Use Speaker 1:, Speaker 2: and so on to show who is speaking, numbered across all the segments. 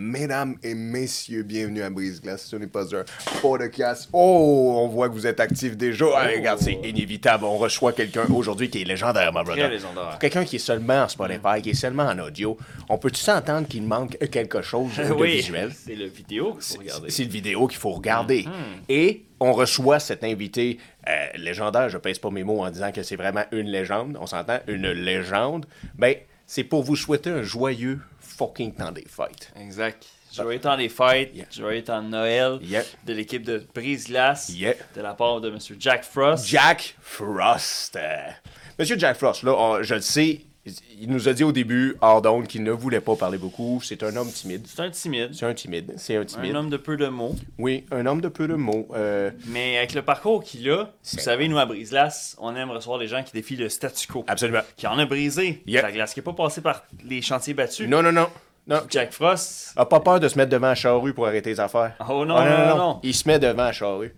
Speaker 1: Mesdames et messieurs, bienvenue à Brise Glace. Ce n'est pas un podcast. Oh, on voit que vous êtes actifs déjà.
Speaker 2: Oh.
Speaker 1: Ah, regarde, c'est inévitable. On reçoit quelqu'un aujourd'hui qui est légendaire, ma brother.
Speaker 2: légendaire.
Speaker 1: Pour quelqu'un qui est seulement en Spotify, qui est seulement en audio, on peut-tu s'entendre qu'il manque quelque chose de visuel?
Speaker 2: c'est le vidéo qu'il faut regarder. Mm.
Speaker 1: C'est une vidéo qu'il faut regarder. Et on reçoit cet invité euh, légendaire. Je pèse pas mes mots en disant que c'est vraiment une légende. On s'entend, une légende. Ben, c'est pour vous souhaiter un joyeux fucking temps des fêtes.
Speaker 2: Exact. Joyeux temps des fêtes, joyeux temps de Noël,
Speaker 1: Yeah.
Speaker 2: de l'équipe de Brise Glace,
Speaker 1: Yeah.
Speaker 2: de la part de M. Jack Frost.
Speaker 1: Jack Frost. euh, Monsieur Jack Frost, là, on- je le sais, il nous a dit au début, hors d'onde, qu'il ne voulait pas parler beaucoup. C'est un homme timide.
Speaker 2: C'est un timide,
Speaker 1: C'est un timide. C'est un
Speaker 2: un
Speaker 1: timide.
Speaker 2: homme de peu de mots,
Speaker 1: Oui, un homme de peu de mots. euh,
Speaker 2: mais avec le parcours qu'il a, vous savez, nous à Brise Glace, on aime recevoir les gens qui défient le statu quo,
Speaker 1: absolument.
Speaker 2: qui en a brisé
Speaker 1: Yeah.
Speaker 2: la glace, qui n'est pas passé par les chantiers battus.
Speaker 1: Non, non, non. Non.
Speaker 2: Jack Frost,
Speaker 1: A pas peur de se mettre devant la charrue pour arrêter les affaires.
Speaker 2: Oh non,
Speaker 1: Ah,
Speaker 2: non, non, non.
Speaker 1: Il se met devant la charrue.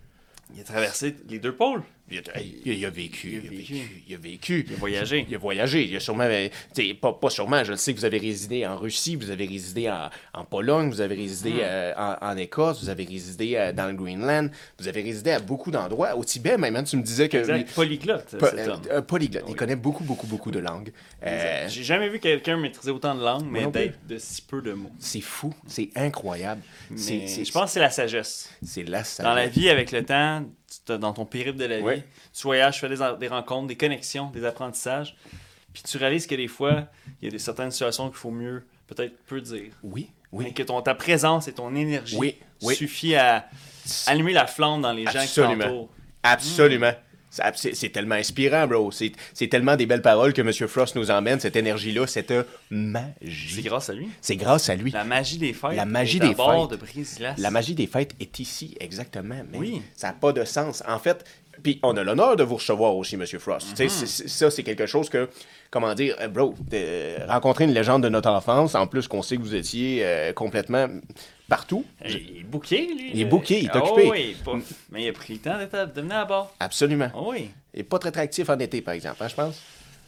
Speaker 2: il a traversé les deux pôles.
Speaker 1: Il a, il a- il a vécu, il a
Speaker 2: vécu.
Speaker 1: vécu, il a vécu.
Speaker 2: Il a voyagé.
Speaker 1: Il a voyagé. Il a sûrement. euh, t'sais, Pas, pas sûrement, je le sais que vous avez résidé en Russie, vous avez résidé en, en Pologne, vous avez résidé
Speaker 2: Hmm.
Speaker 1: euh, en, en Écosse, vous avez résidé euh, dans le Greenland, vous avez résidé à beaucoup d'endroits. Au Tibet, même, hein, tu me disais que.
Speaker 2: Exact. Polyglotte,
Speaker 1: Po-
Speaker 2: cet homme.
Speaker 1: euh, euh, polyglotte. Il connaît beaucoup, beaucoup, beaucoup de langues. Euh,
Speaker 2: J'ai jamais vu quelqu'un maîtriser autant de langues, mais
Speaker 1: non plus.
Speaker 2: d'être de si peu de mots.
Speaker 1: c'est fou, c'est incroyable. C'est-
Speaker 2: Mais
Speaker 1: c'est-
Speaker 2: je pense que c'est la sagesse.
Speaker 1: C'est la sagesse.
Speaker 2: Dans la vie, avec le temps, tu t'as- dans ton périple de la vie,
Speaker 1: Ouais.
Speaker 2: tu voyages, tu fais des, en- des rencontres, des connexions, des apprentissages, puis tu réalises que des fois, il y a des, certaines situations qu'il faut mieux, peut-être peu dire.
Speaker 1: Oui,
Speaker 2: Mais
Speaker 1: oui.
Speaker 2: que ton, ta présence et ton énergie
Speaker 1: Oui, oui.
Speaker 2: suffit à allumer la flamme dans les gens qui
Speaker 1: Absolument.
Speaker 2: t'entourent.
Speaker 1: Absolument. C'est abs- C'est c'est tellement inspirant, bro. C'est c'est tellement des belles paroles que M. Frost nous emmène, cette énergie-là, cette euh,
Speaker 2: C'est
Speaker 1: magie.
Speaker 2: grâce à lui.
Speaker 1: C'est grâce à lui.
Speaker 2: La magie des fêtes.
Speaker 1: La magie
Speaker 2: est à
Speaker 1: des
Speaker 2: bord
Speaker 1: fêtes.
Speaker 2: de Brise-Glace.
Speaker 1: La magie des fêtes est ici, exactement. Mais
Speaker 2: Oui.
Speaker 1: Ça n'a pas de sens. En fait, puis on a l'honneur de vous recevoir aussi, Monsieur Frost. Tu sais,
Speaker 2: Mm-hmm.
Speaker 1: c'est- c'est- ça, c'est quelque chose que, comment dire, euh, bro, euh, rencontrer une légende de notre enfance, en plus qu'on sait que vous étiez euh, complètement partout.
Speaker 2: Il est booké, lui.
Speaker 1: Il est booké, il est
Speaker 2: Ah
Speaker 1: occupé.
Speaker 2: oui, pas- Mais il a pris le temps d'être à- de venir à bord.
Speaker 1: Absolument.
Speaker 2: Ah oui.
Speaker 1: Et pas très, très actif en été, par exemple, hein, je pense.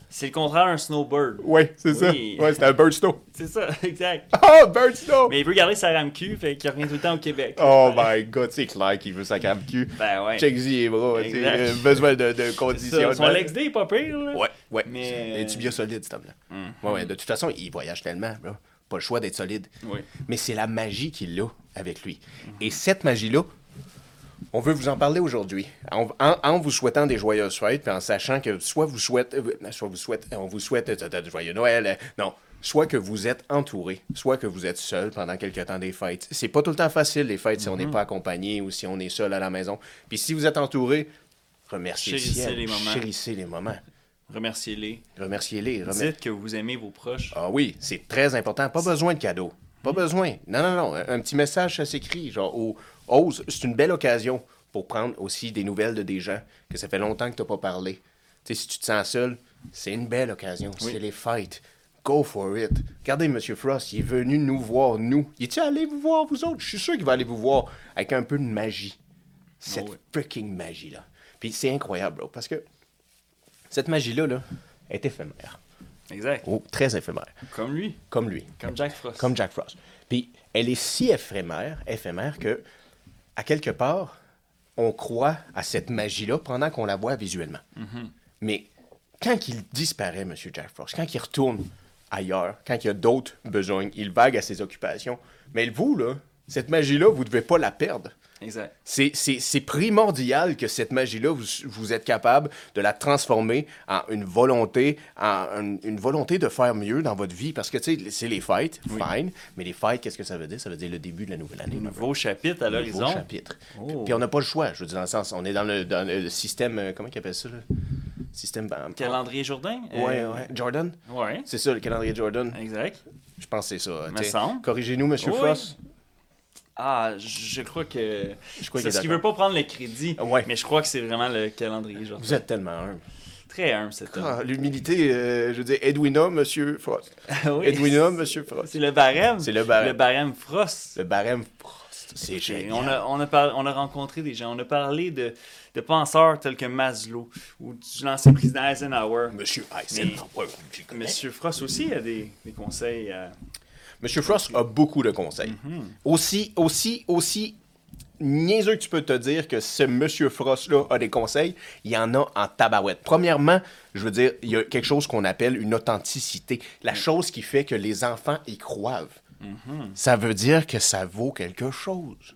Speaker 2: C'est le contraire d'un snowbird.
Speaker 1: Oui, c'est
Speaker 2: ça. Oui. Ouais,
Speaker 1: c'était un bird
Speaker 2: C'est ça, exact.
Speaker 1: Ah, Bird Snow!
Speaker 2: Mais il veut garder sa rame cul, fait qu'il revient tout le temps au Québec.
Speaker 1: Oh my god, c'est clair qu'il veut sa cam cul.
Speaker 2: Ben ouais.
Speaker 1: Check Z, bro.
Speaker 2: Exact.
Speaker 1: c'est, euh, besoin de, de
Speaker 2: Ça,
Speaker 1: conditions.
Speaker 2: son Lex Day est pas pire, là.
Speaker 1: Ouais, ouais.
Speaker 2: Mais- euh, Mm.
Speaker 1: Il est bien solide, cet homme-là. Ouais, ouais. De toute façon, il voyage tellement, bro. Pas le choix d'être solide.
Speaker 2: Oui. Mm-hmm.
Speaker 1: Mais c'est la magie qu'il a avec lui. Et cette magie-là, on veut vous en parler aujourd'hui. En, en- en vous souhaitant des joyeuses fêtes, puis en sachant que soit vous souhaitez, euh, ben, soit vous souhaite, on vous souhaite euh, euh, joyeux Noël, euh, non, soit que vous êtes entouré, soit que vous êtes seul pendant quelques temps des fêtes. C'est pas tout le temps facile les fêtes si
Speaker 2: Mm-hmm.
Speaker 1: on n'est pas accompagné ou si on est seul à la maison. Puis si vous êtes entouré, remerciez le
Speaker 2: Chérissez
Speaker 1: ciel,
Speaker 2: les moments.
Speaker 1: chérissez les moments,
Speaker 2: Remerciez-les.
Speaker 1: remerciez-les, remer-
Speaker 2: Dites que vous aimez vos proches.
Speaker 1: ah oui, c'est très important. Pas besoin de cadeaux. Pas besoin. Non, non, non. Un, un petit message, ça s'écrit. Genre, au Ose, c'est une belle occasion pour prendre aussi des nouvelles de des gens que ça fait longtemps que tu pas parlé. Tu sais, si tu te sens seul, c'est une belle occasion. C'est les fêtes. Go for it. Regardez, M. Frost, il est venu nous voir, nous. Il est allé vous voir, vous autres? Je suis sûr qu'il va aller vous voir avec un peu de magie. Cette
Speaker 2: Ah ouais.
Speaker 1: fucking magie-là. Puis c'est incroyable, bro, parce que cette magie-là, là, est éphémère.
Speaker 2: Exact.
Speaker 1: Oh, très éphémère
Speaker 2: Comme lui.
Speaker 1: comme lui,
Speaker 2: Comme Jack Frost.
Speaker 1: comme Jack Frost. Puis elle est si éphémère, éphémère que, à quelque part, on croit à cette magie-là pendant qu'on la voit visuellement.
Speaker 2: Mhm.
Speaker 1: Mais quand il disparaît, Monsieur Jack Frost, quand il retourne ailleurs, quand il y a d'autres besoins, il vague à ses occupations. Mais vous, là, cette magie-là, vous ne devez pas la perdre.
Speaker 2: Exact.
Speaker 1: C'est- C'est c'est primordial que cette magie-là, vous, vous êtes capable de la transformer en une volonté, en une, une volonté de faire mieux dans votre vie. Parce que, tu sais, c'est les fêtes, fine. Mais les fêtes, qu'est-ce que ça veut dire? Ça veut dire le début de la nouvelle année.
Speaker 2: Nouveau chapitre à
Speaker 1: Un nouveau
Speaker 2: l'horizon.
Speaker 1: chapitre.
Speaker 2: Oh.
Speaker 1: Puis, puis on n'a pas le choix, je veux dire, dans le sens, on est dans le, dans le système, euh, comment ils appelle ça, là? Système... ben,
Speaker 2: Calendrier Jourdain. euh,
Speaker 1: Ouais, ouais. Jordan?
Speaker 2: Ouais.
Speaker 1: C'est ça, le calendrier Jordan?
Speaker 2: Exact.
Speaker 1: Je pense que c'est ça.
Speaker 2: Me
Speaker 1: tu sais.
Speaker 2: semble.
Speaker 1: Corrigez-nous, Monsieur
Speaker 2: Oui.
Speaker 1: Frost.
Speaker 2: Ah, je- je crois que.
Speaker 1: Je crois qu'il
Speaker 2: c'est
Speaker 1: est
Speaker 2: ce qu'il veut pas prendre le crédit.
Speaker 1: Ouais.
Speaker 2: Mais je crois que c'est vraiment le calendrier Jourdain.
Speaker 1: Vous êtes tellement humble.
Speaker 2: Très humble, cet homme.
Speaker 1: Ah, L'humilité, euh, je veux dire, Edwina, Monsieur Frost.
Speaker 2: oui.
Speaker 1: Ah. Edwina, Monsieur Frost.
Speaker 2: C'est le barème.
Speaker 1: C'est le barème.
Speaker 2: Le barème Frost.
Speaker 1: Le barème Frost, c'est génial.
Speaker 2: On a, on, a par- on a rencontré des gens, on a parlé de, de penseurs tels que Maslow ou du l'ancien président
Speaker 1: Ben,
Speaker 2: Eisenhower.
Speaker 1: Monsieur Eisenhower,
Speaker 2: Monsieur Frost aussi a des, des conseils. euh,
Speaker 1: Monsieur Frost a beaucoup de conseils. Aussi, aussi, aussi niaiseux que tu peux te dire que ce Monsieur Frost-là a des conseils, il y en a en tabarouette. Premièrement, je veux dire, il y a quelque chose qu'on appelle une authenticité. La chose qui fait que les enfants y croient. Ça veut dire que ça vaut quelque chose.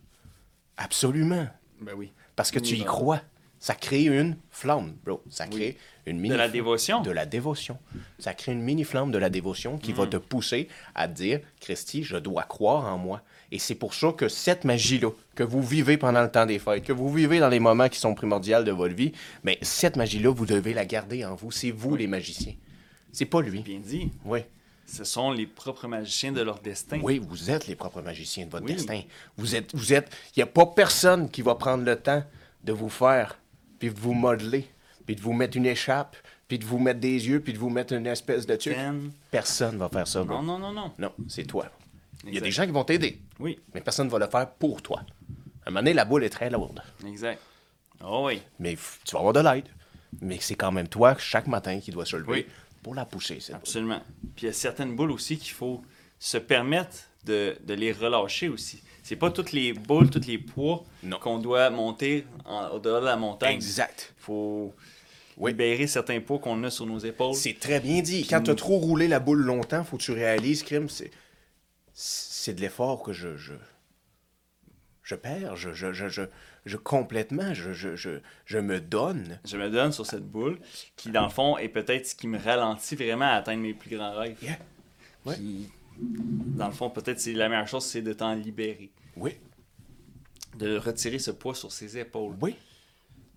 Speaker 1: Absolument.
Speaker 2: Ben oui.
Speaker 1: Parce que tu y crois. Ça crée une flamme, bro. Ça crée une mini
Speaker 2: De la dévotion.
Speaker 1: De la dévotion. Ça crée une mini flamme de la dévotion qui
Speaker 2: Mm.
Speaker 1: va te pousser à te dire, Christy, je dois croire en moi. Et c'est pour ça que cette magie-là, que vous vivez pendant le temps des fêtes, que vous vivez dans les moments qui sont primordiaux de votre vie, mais cette magie-là, vous devez la garder en vous. C'est vous les magiciens. C'est pas lui.
Speaker 2: Bien dit.
Speaker 1: Oui.
Speaker 2: Ce sont les propres magiciens de leur destin.
Speaker 1: Oui, vous êtes les propres magiciens de votre
Speaker 2: Oui.
Speaker 1: destin. Vous êtes, vous êtes. Il n'y a pas personne qui va prendre le temps de vous faire, puis de vous modeler, puis de vous mettre une écharpe, puis de vous mettre des yeux, puis de vous mettre une espèce de tuque.
Speaker 2: Ten.
Speaker 1: Personne va faire ça. bro.
Speaker 2: Non, non, non, non.
Speaker 1: Non, c'est toi. Il y a
Speaker 2: Exact.
Speaker 1: des gens qui vont t'aider,
Speaker 2: Oui,
Speaker 1: mais personne ne va le faire pour toi. À un moment donné, la boule est très lourde,
Speaker 2: exact. Oh oui.
Speaker 1: mais f- tu vas avoir de l'aide. Mais c'est quand même toi, chaque matin, qui dois se lever
Speaker 2: Oui.
Speaker 1: pour la pousser. cette boule.
Speaker 2: Absolument. Puis il y a certaines boules aussi qu'il faut se permettre de, de les relâcher aussi. C'est pas toutes les boules, tous les poids
Speaker 1: Non.
Speaker 2: qu'on doit monter en- au-delà de la montagne.
Speaker 1: Exact.
Speaker 2: faut
Speaker 1: Oui.
Speaker 2: libérer certains poids qu'on a sur nos épaules.
Speaker 1: C'est très bien dit. Quand tu as trop roulé la boule longtemps, faut que tu réalises, crime, c'est. C'est de l'effort que je. Je, je perds, je, je, je, je, je- complètement, je, je, je, je me donne.
Speaker 2: Je me donne sur cette boule qui, dans le fond, est peut-être ce qui me ralentit vraiment à atteindre mes plus grands rêves.
Speaker 1: Yeah. Ouais.
Speaker 2: Puis, dans le fond, peut-être c'est la meilleure chose, c'est de t'en libérer,
Speaker 1: Oui,
Speaker 2: de retirer ce poids sur ses épaules.
Speaker 1: oui.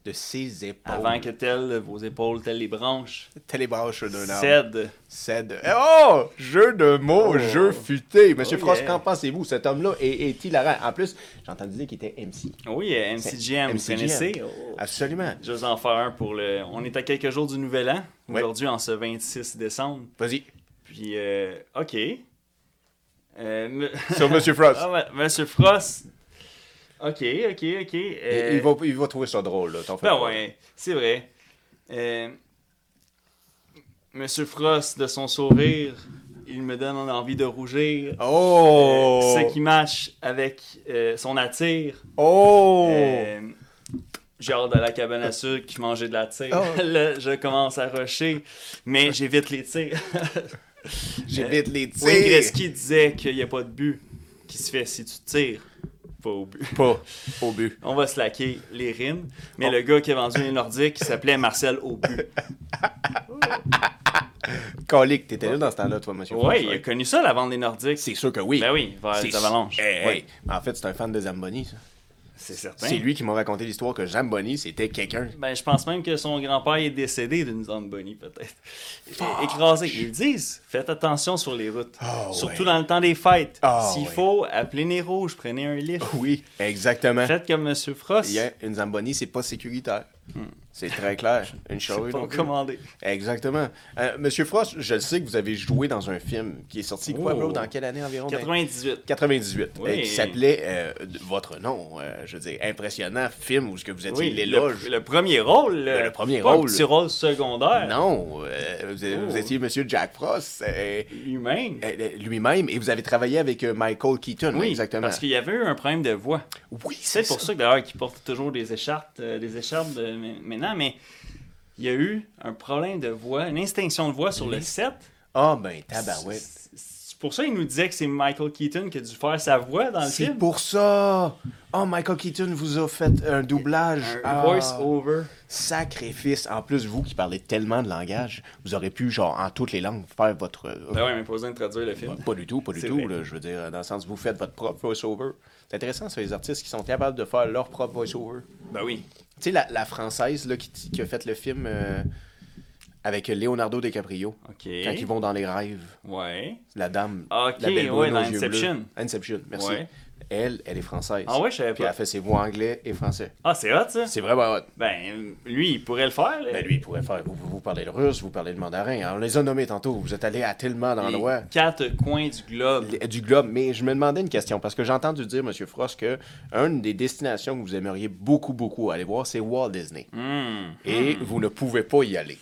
Speaker 1: De ses épaules.
Speaker 2: Avant que telles vos épaules, telles les branches,
Speaker 1: Télébranche d'un arbre.
Speaker 2: cèdent.
Speaker 1: Cède. Oh! Jeu de mots,
Speaker 2: Oh.
Speaker 1: jeu futé. Monsieur
Speaker 2: Oh,
Speaker 1: Frost,
Speaker 2: yeah.
Speaker 1: qu'en pensez-vous? Cet homme-là est, est hilarant. En plus, j'ai entendu dire qu'il était MC.
Speaker 2: Oui, euh, MCGM, vous
Speaker 1: MCGM.
Speaker 2: connaissez? Oh.
Speaker 1: Ah. Absolument.
Speaker 2: Je vais en faire un pour le... On est à quelques jours du Nouvel An,
Speaker 1: Ouais.
Speaker 2: aujourd'hui, en ce 26 décembre.
Speaker 1: Vas-y,
Speaker 2: Puis, euh, OK. Euh, me-
Speaker 1: sur Monsieur Frost.
Speaker 2: Ah, ouais, Monsieur Frost. Ok, ok, ok.
Speaker 1: Il-
Speaker 2: euh,
Speaker 1: il, va, il va trouver ça drôle, là. t'en fais
Speaker 2: Ben
Speaker 1: pas.
Speaker 2: ouais, c'est vrai. Euh, Monsieur Frost, de son sourire, il me donne envie de rougir.
Speaker 1: Oh!
Speaker 2: Euh, ce qui match avec euh, son attire.
Speaker 1: Oh!
Speaker 2: Euh, j'ai hâte de la cabane à sucre, manger de la tire.
Speaker 1: Oh.
Speaker 2: Là, je commence à rusher, mais j'évite les tirs.
Speaker 1: J'évite les tirs.
Speaker 2: Wayne Gretzky disait qu'il n'y a pas de but qui se fait si tu tires. Pas au but.
Speaker 1: Pas Oh. au but.
Speaker 2: On va slacker les rimes. Mais le gars qui a vendu les Nordiques, il s'appelait Marcel Aubu.
Speaker 1: Colique, t'étais là dans ce temps-là, toi, monsieur.
Speaker 2: Oui,
Speaker 1: Frost,
Speaker 2: il a
Speaker 1: ouais.
Speaker 2: connu ça, la vente des Nordiques.
Speaker 1: C'est sûr que oui.
Speaker 2: Ben oui, vers les
Speaker 1: C'est
Speaker 2: avalanches.
Speaker 1: Hey,
Speaker 2: Oui,
Speaker 1: hey. En fait, c'est un fan de Zamboni, ça.
Speaker 2: c'est certain.
Speaker 1: C'est lui qui m'a raconté l'histoire que Zamboni, c'était quelqu'un.
Speaker 2: Ben, je pense même que son grand-père est décédé d'une zone bonnie, peut-être. É- Écrasé. Ils disent, faites attention sur les routes.
Speaker 1: Ah,
Speaker 2: Surtout
Speaker 1: ouais.
Speaker 2: dans le temps des fêtes.
Speaker 1: Ah,
Speaker 2: S'il
Speaker 1: ouais.
Speaker 2: faut, appelez les rouges, prenez un livre.
Speaker 1: Oui, exactement.
Speaker 2: Faites comme M. Frost.
Speaker 1: Il y a une Zamboni, c'est pas sécuritaire. C'est très clair. Une charrue.
Speaker 2: C'est Hmm. pas
Speaker 1: non plus.
Speaker 2: commandé.
Speaker 1: Exactement. Euh, Monsieur Frost, je le sais que vous avez joué dans un film qui est sorti quoi,
Speaker 2: Oh.
Speaker 1: bro, dans quelle année environ?
Speaker 2: 98.
Speaker 1: 98,
Speaker 2: Oui.
Speaker 1: euh, qui s'appelait euh, de- votre nom, euh, je veux dire, impressionnant film où ce que vous étiez
Speaker 2: Oui,
Speaker 1: l'éloge.
Speaker 2: Le, le premier rôle.
Speaker 1: Le- le premier
Speaker 2: pas un
Speaker 1: rôle.
Speaker 2: petit rôle secondaire.
Speaker 1: Non, euh, vous,
Speaker 2: Oh.
Speaker 1: vous étiez Monsieur Jack Frost euh,
Speaker 2: Humain.
Speaker 1: euh, lui-même et vous avez travaillé avec euh, Michael Keaton,
Speaker 2: Oui,
Speaker 1: exactement.
Speaker 2: parce qu'il y avait eu un problème de voix.
Speaker 1: Oui,
Speaker 2: C'est pour ça que d'ailleurs qu'ils portent toujours des écharpes, euh, des écharpes de- mais- maintenant, mais il y a eu un problème de voix, une extinction de voix sur le set.
Speaker 1: Ah ben tabarouette.
Speaker 2: C'est- C'est pour ça qu'il nous disait que c'est Michael Keaton qui a dû faire sa voix dans le
Speaker 1: C'est
Speaker 2: film.
Speaker 1: pour ça. Oh, Michael Keaton vous a fait un doublage.
Speaker 2: Un
Speaker 1: Ah.
Speaker 2: voice-over.
Speaker 1: Sacrifice. En plus, vous qui parlez tellement de langage, vous aurez pu, genre, en toutes les langues, faire votre. euh,
Speaker 2: Ben ouais, mais pas besoin de traduire le film.
Speaker 1: Pas- Pas du tout, pas du
Speaker 2: C'est
Speaker 1: tout.
Speaker 2: vrai.
Speaker 1: là, je veux dire, dans le sens, vous faites votre propre voice-over. C'est intéressant, c'est les artistes qui sont capables de faire leur propre voice-over.
Speaker 2: Ben oui.
Speaker 1: Tu sais, la, la française là, qui, qui a fait le film euh, avec Leonardo DiCaprio,
Speaker 2: OK.
Speaker 1: quand ils vont dans les rêves,
Speaker 2: Ouais.
Speaker 1: la dame,
Speaker 2: Ok,
Speaker 1: la belle brune
Speaker 2: ouais, dans
Speaker 1: aux yeux
Speaker 2: Inception.
Speaker 1: bleus. Inception, merci.
Speaker 2: Ouais.
Speaker 1: Elle, elle est française.
Speaker 2: Ah ouais, je savais
Speaker 1: Puis elle
Speaker 2: pas.
Speaker 1: fait ses voix anglais et français.
Speaker 2: Ah, c'est hot, ça?
Speaker 1: C'est vraiment hot.
Speaker 2: Ben, lui, il pourrait le faire. là.
Speaker 1: Ben lui, il pourrait faire. Vous, vous parlez le russe, vous parlez le mandarin. Alors, on les a nommés tantôt. Vous êtes allés à tellement
Speaker 2: Les
Speaker 1: d'endroits.
Speaker 2: quatre coins du globe.
Speaker 1: l- euh, du globe. Mais je me demandais une question parce que j'ai entendu dire, Monsieur Frost, que une des destinations que vous aimeriez beaucoup, beaucoup aller voir, c'est Walt Disney.
Speaker 2: Hmm.
Speaker 1: Et vous ne pouvez pas y aller.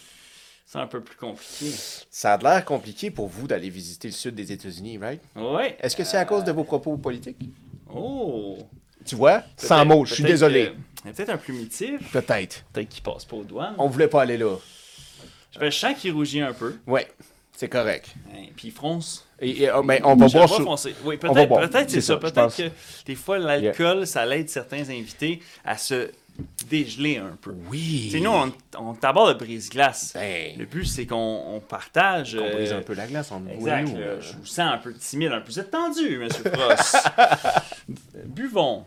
Speaker 2: C'est un peu plus compliqué.
Speaker 1: Ça a l'air compliqué pour vous d'aller visiter le sud des États-Unis, right?
Speaker 2: Ouais.
Speaker 1: Est-ce que c'est à cause de vos propos politiques?
Speaker 2: Oh!
Speaker 1: Tu vois? Sans
Speaker 2: Peut-être-
Speaker 1: mots, je suis
Speaker 2: peut-être
Speaker 1: désolé.
Speaker 2: que- il y a Peut-être un primitif.
Speaker 1: Peut-être.
Speaker 2: Peut-être qu'il passe pas aux douanes.
Speaker 1: On voulait pas aller là.
Speaker 2: Je fais- Je sens qu'il rougit un peu.
Speaker 1: Ouais, c'est correct.
Speaker 2: Hein, Puis il fronce.
Speaker 1: Et, et, oh, ben, on va
Speaker 2: Je le
Speaker 1: boire
Speaker 2: vois
Speaker 1: sur...
Speaker 2: foncer. Oui,
Speaker 1: On va
Speaker 2: peut-être,
Speaker 1: boire.
Speaker 2: peut-être
Speaker 1: C'est
Speaker 2: c'est ça.
Speaker 1: ça, je
Speaker 2: Peut-être
Speaker 1: pense.
Speaker 2: que des fois, l'alcool, ça l'aide certains invités à se dégeler un peu.
Speaker 1: Oui.
Speaker 2: Tu sais, nous, on, on t'aborde le brise-glace.
Speaker 1: Ben,
Speaker 2: Le but, c'est qu'on on partage.
Speaker 1: on brise
Speaker 2: euh,
Speaker 1: un peu la glace entre vous et
Speaker 2: Exact. euh,
Speaker 1: nous.
Speaker 2: là.
Speaker 1: là.
Speaker 2: je vous sens un peu timide, un peu. Vous êtes tendu, monsieur Frost. Buvons.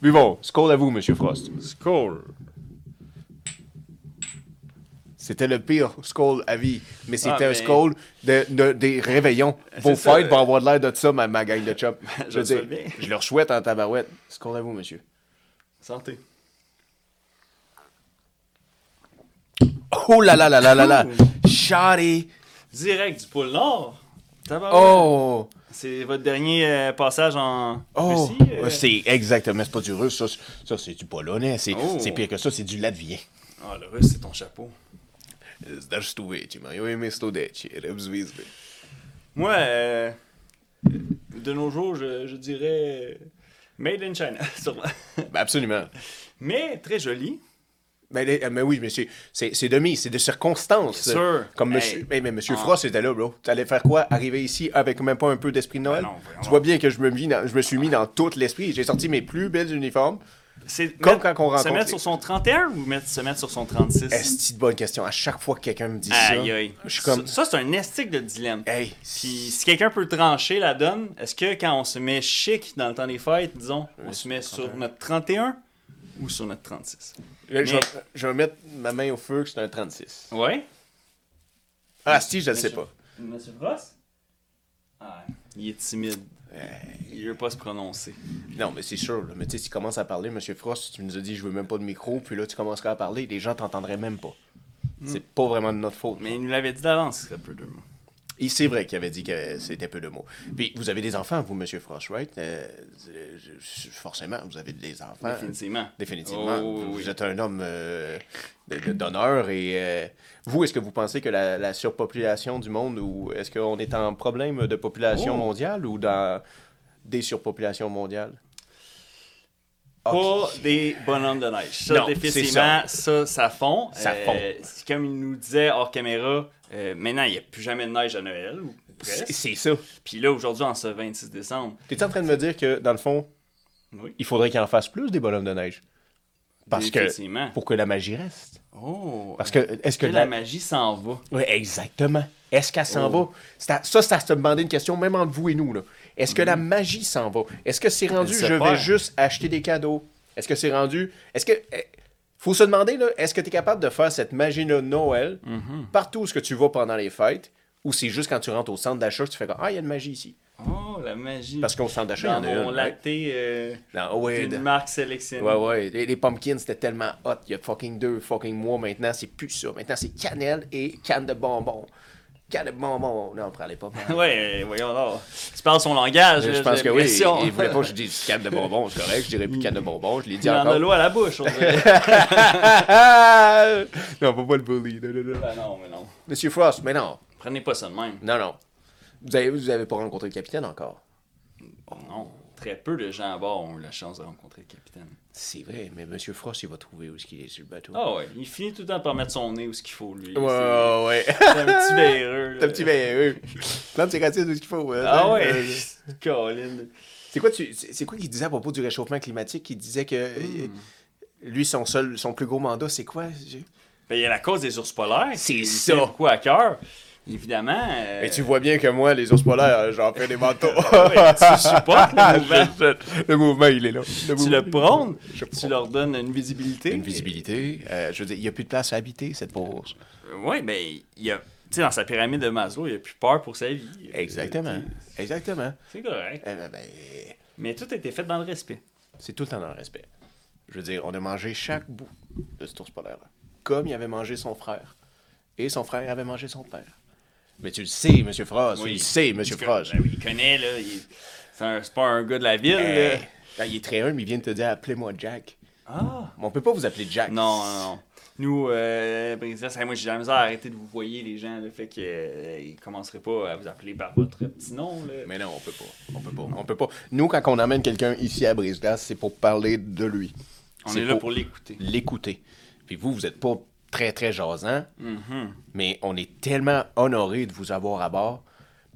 Speaker 1: Mais bon, score à vous, Monsieur Frost.
Speaker 2: Score.
Speaker 1: C'était le pire scold à vie. Mais c'était un
Speaker 2: Ah, mais-
Speaker 1: scold de, de- des réveillons. Vos
Speaker 2: C'est ça,
Speaker 1: fêtes
Speaker 2: euh.
Speaker 1: vont avoir de l'air de ça, ma, ma gang de chop.
Speaker 2: Je
Speaker 1: veux
Speaker 2: sais
Speaker 1: dire,
Speaker 2: bien.
Speaker 1: je leur souhaite en tabarouette. Scold à vous, monsieur.
Speaker 2: Santé.
Speaker 1: Oh là là là là là là.
Speaker 2: Ouh.
Speaker 1: Shawty.
Speaker 2: Direct du pôle Nord. Tabarouette.
Speaker 1: Oh.
Speaker 2: C'est votre dernier euh, passage en
Speaker 1: Oh.
Speaker 2: Russie. euh?
Speaker 1: C'est exactement. C'est pas du russe. Ça, c'est- ça c'est du polonais. C'est
Speaker 2: Oh.
Speaker 1: c'est pire que ça. C'est du latvien.
Speaker 2: Ah, le russe, c'est ton chapeau. Moi, euh, de nos jours, je, je dirais euh, Made in China, sûrement.
Speaker 1: Ben, Absolument.
Speaker 2: Mais très joli.
Speaker 1: Mais, Ben, les- euh, mais oui, mais c'est- c'est c'est demi, c'est de circonstances.
Speaker 2: Bien sûr.
Speaker 1: Comme
Speaker 2: Hey.
Speaker 1: monsieur, mais, mais monsieur
Speaker 2: Ah.
Speaker 1: Frost était là, bro. T'allais faire quoi? Arriver ici avec même pas un peu d'esprit de Noël?
Speaker 2: Ben non, voyons
Speaker 1: tu vois
Speaker 2: donc.
Speaker 1: bien que je me, mis dans- je me suis mis dans tout l'esprit. J'ai sorti mes plus belles uniformes.
Speaker 2: C'est
Speaker 1: Comme
Speaker 2: mettre-
Speaker 1: quand on
Speaker 2: Se
Speaker 1: rencontre
Speaker 2: mettre
Speaker 1: les-
Speaker 2: sur son 31 ou mettre- se mettre sur son 36?
Speaker 1: Est-ce une bonne question? À chaque fois que quelqu'un me dit
Speaker 2: Aïe,
Speaker 1: ça,
Speaker 2: aïe.
Speaker 1: je suis comme,
Speaker 2: Ça, ça, c'est un estique de dilemme.
Speaker 1: hey,
Speaker 2: Puis si quelqu'un peut trancher la donne, est-ce que quand on se met chic dans le temps des fêtes, disons, on se met sur notre 31 ou sur notre 36?
Speaker 1: là, je,
Speaker 2: mais-
Speaker 1: vais, je vais mettre ma main au feu que c'est un 36.
Speaker 2: Ouais?
Speaker 1: Ah, si, je le sais pas.
Speaker 2: Monsieur Frost? Ah, il est timide. Il veut pas se prononcer.
Speaker 1: Non, mais c'est sûr. là. Mais tu sais, si tu commences à parler, monsieur Frost, tu nous as dit, je veux même pas de micro, puis là, tu commencerais à parler, les gens t'entendraient même pas. C'est pas vraiment de notre faute.
Speaker 2: Hmm. Mais il nous l'avait dit d'avance, ce serait peu de mots.
Speaker 1: Et c'est vrai qu'il avait dit que c'était peu de mots. Puis vous avez des enfants, vous, Monsieur Frost, right? Euh, euh, je- forcément, vous avez des enfants.
Speaker 2: Définitivement.
Speaker 1: Définitivement.
Speaker 2: Oh,
Speaker 1: vous,
Speaker 2: oui.
Speaker 1: vous êtes un homme euh, de- de- d'honneur et euh, vous, est-ce que vous pensez que la, la surpopulation du monde ou est-ce qu'on est en problème de population
Speaker 2: Oh.
Speaker 1: mondiale ou dans des surpopulations mondiales? Ah,
Speaker 2: Pas
Speaker 1: Ok.
Speaker 2: des bonhommes de neige. Ça,
Speaker 1: Non,
Speaker 2: définitivement, ça. ça, fond.
Speaker 1: Ça
Speaker 2: Euh,
Speaker 1: fond.
Speaker 2: c'est comme il nous disait hors caméra, euh, maintenant, il n'y a plus jamais de neige à Noël, ou
Speaker 1: C'est
Speaker 2: presque.
Speaker 1: c'est ça.
Speaker 2: Puis là, aujourd'hui, en ce 26 décembre,
Speaker 1: T'es en train de me dire que, dans le fond,
Speaker 2: oui,
Speaker 1: il faudrait qu'il en fasse plus des bonhommes de neige? Parce que,
Speaker 2: définitivement.
Speaker 1: pour que la magie reste.
Speaker 2: Oh,
Speaker 1: Parce que, est-ce que
Speaker 2: là, la magie s'en va.
Speaker 1: Oui, exactement. Est-ce qu'elle s'en
Speaker 2: Oh.
Speaker 1: va? C'est à- ça, c'est à se demander une question, même entre vous et nous. là. Est-ce que la magie s'en va? Est-ce que c'est rendu,
Speaker 2: Mm. Elle
Speaker 1: je
Speaker 2: se
Speaker 1: vais
Speaker 2: perd.
Speaker 1: juste acheter des cadeaux? Est-ce que c'est rendu, est-ce que... eh, Faut se demander, là, est-ce que tu es capable de faire cette magie-là Noël
Speaker 2: Mm-hmm.
Speaker 1: partout où ce que tu vas pendant les fêtes? Ou c'est juste quand tu rentres au centre d'achat que tu fais comme, ah, il y a de magie ici.
Speaker 2: Oh, la magie.
Speaker 1: Parce qu'au centre d'achat, il y
Speaker 2: dans
Speaker 1: en a
Speaker 2: mon
Speaker 1: une. ouais.
Speaker 2: latte euh,
Speaker 1: Non, ouais, de-
Speaker 2: d'une marque sélectionnée.
Speaker 1: Ouais, ouais. Les, les pumpkins, c'était tellement hot. Il y a fucking deux fucking mois maintenant, c'est plus ça. Maintenant, c'est cannelle et canne de bonbons. Canne de bonbons. Non, on prend les pas.
Speaker 2: Ouais, euh, voyons là. Tu parles son langage.
Speaker 1: je
Speaker 2: là,
Speaker 1: pense
Speaker 2: j'ai
Speaker 1: que oui.
Speaker 2: l'impression.
Speaker 1: Il voulait pas que je dise canne de bonbons, c'est correct. Je dirais plus canne de bonbons. Je l'ai dit
Speaker 2: Il en a
Speaker 1: encore. Ah,
Speaker 2: l'eau à la bouche, on dirait.
Speaker 1: non, faut pas le bully. non, non, non.
Speaker 2: Ben non, mais non.
Speaker 1: Monsieur Frost, mais non.
Speaker 2: Prenez pas ça de même.
Speaker 1: Non, non. Vous avez, vous avez pas rencontré le capitaine encore.
Speaker 2: Non, très peu de gens à bord ont eu la chance de rencontrer le capitaine.
Speaker 1: C'est vrai, mais Monsieur Frost, il va trouver où est-ce qu'il est sur le bateau.
Speaker 2: Ah ouais, il finit tout le temps par mettre son nez où ce qu'il faut, lui.
Speaker 1: Ouais,
Speaker 2: C'est-
Speaker 1: ouais, ouais.
Speaker 2: c'est un petit véreux.
Speaker 1: T'as un petit veilleux. Plante ses racines où ce qu'il faut. hein.
Speaker 2: Ah ouais, Colin.
Speaker 1: C'est quoi, tu, c'est c'est quoi qu'il disait à propos du réchauffement climatique? Il disait que euh, lui, son seul, son plus gros mandat, c'est quoi? J'ai-
Speaker 2: Ben, il y a la cause des ours polaires.
Speaker 1: C'est
Speaker 2: qui
Speaker 1: ça.
Speaker 2: tient beaucoup à cœur. Évidemment. euh,
Speaker 1: Mais tu vois bien que moi, les ours polaires, j'en fais des manteaux.
Speaker 2: ouais, tu supportes le mouvement.
Speaker 1: le mouvement, il est là.
Speaker 2: Tu le prônes,
Speaker 1: Je
Speaker 2: tu
Speaker 1: prône.
Speaker 2: leur donnes une visibilité.
Speaker 1: Une visibilité. euh, je veux dire, il n'y a plus de place à habiter, cette pauvre ours.
Speaker 2: Oui, ben, il y a. Tu sais, dans sa pyramide de Maslow, il n'y a plus peur pour sa vie. Euh,
Speaker 1: Exactement. Exactement.
Speaker 2: C'est correct.
Speaker 1: Eh ben, ben,
Speaker 2: Mais tout a été fait dans le respect.
Speaker 1: C'est tout le temps dans le respect. Je veux dire, on a mangé chaque bout de cet ours polaire-là. Comme il avait mangé son frère. Et son frère avait mangé son père. Mais tu le sais, Monsieur Frost. Tu le sais, Monsieur
Speaker 2: Parce que,
Speaker 1: Frost.
Speaker 2: ben oui, il connaît, là. il- C'est un- c'est pas un gars de la ville.
Speaker 1: Eh,
Speaker 2: là.
Speaker 1: là, il est très humble, il vient de te dire appelez-moi Jack.
Speaker 2: Ah!
Speaker 1: Mais on peut pas vous appeler Jack.
Speaker 2: Non, non, non. Nous, euh, ben, ils disaient, Hey, moi, j'ai de la misère à arrêter de vous voyer, les gens. Le fait qu'ils ne commenceraient pas à vous appeler par votre petit nom. là.
Speaker 1: Mais non, on peut pas. On peut pas. On peut pas. Nous, quand on amène quelqu'un ici à Brise-Glace, c'est pour parler de lui.
Speaker 2: On
Speaker 1: C'est
Speaker 2: est, là pour l'écouter.
Speaker 1: l'écouter. Puis vous, vous êtes pas très, très jasant,
Speaker 2: Mhm.
Speaker 1: mais on est tellement honoré de vous avoir à bord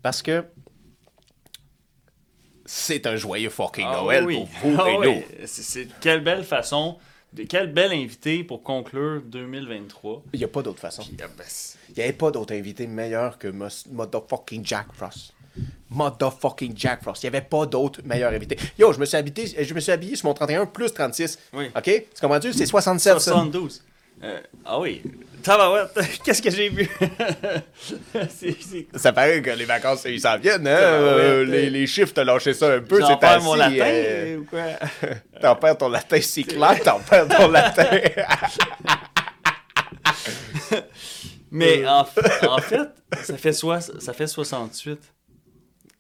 Speaker 1: parce que c'est un joyeux fucking
Speaker 2: Ah
Speaker 1: Noël
Speaker 2: oui.
Speaker 1: pour vous
Speaker 2: Ah
Speaker 1: et
Speaker 2: oui.
Speaker 1: nous.
Speaker 2: C'est- c'est- quelle belle façon, de, quel bel invité pour conclure 2023.
Speaker 1: Il n'y a pas d'autre façon.
Speaker 2: Puis, ah, ben, c'est-
Speaker 1: Il n'y avait pas d'autre invité meilleur que mos- motherfucking Jack Frost. Motherfucking Jack Frost. Il n'y avait pas d'autre meilleur invité. Yo, je me suis, habité, je me suis habillé sur mon 31 plus 36.
Speaker 2: Oui.
Speaker 1: OK? Tu comprends-tu? C'est 67, ça.
Speaker 2: 72. Euh, ah oui. Tabarouette, qu'est-ce que j'ai vu? c'est, c'est...
Speaker 1: Ça paraît que les vacances, ils s'en viennent. Hein?
Speaker 2: Ah, ouais,
Speaker 1: Euh,
Speaker 2: t'es-
Speaker 1: les, les chiffres, t'as lâché ça un peu.
Speaker 2: j'en
Speaker 1: c'est
Speaker 2: perds mon
Speaker 1: assis,
Speaker 2: latin
Speaker 1: euh,
Speaker 2: ou quoi?
Speaker 1: T'en perds ton latin, c'est clair. T'en perds ton latin.
Speaker 2: Mais
Speaker 1: euh,
Speaker 2: en, f- en fait, ça fait, soi- ça fait 68.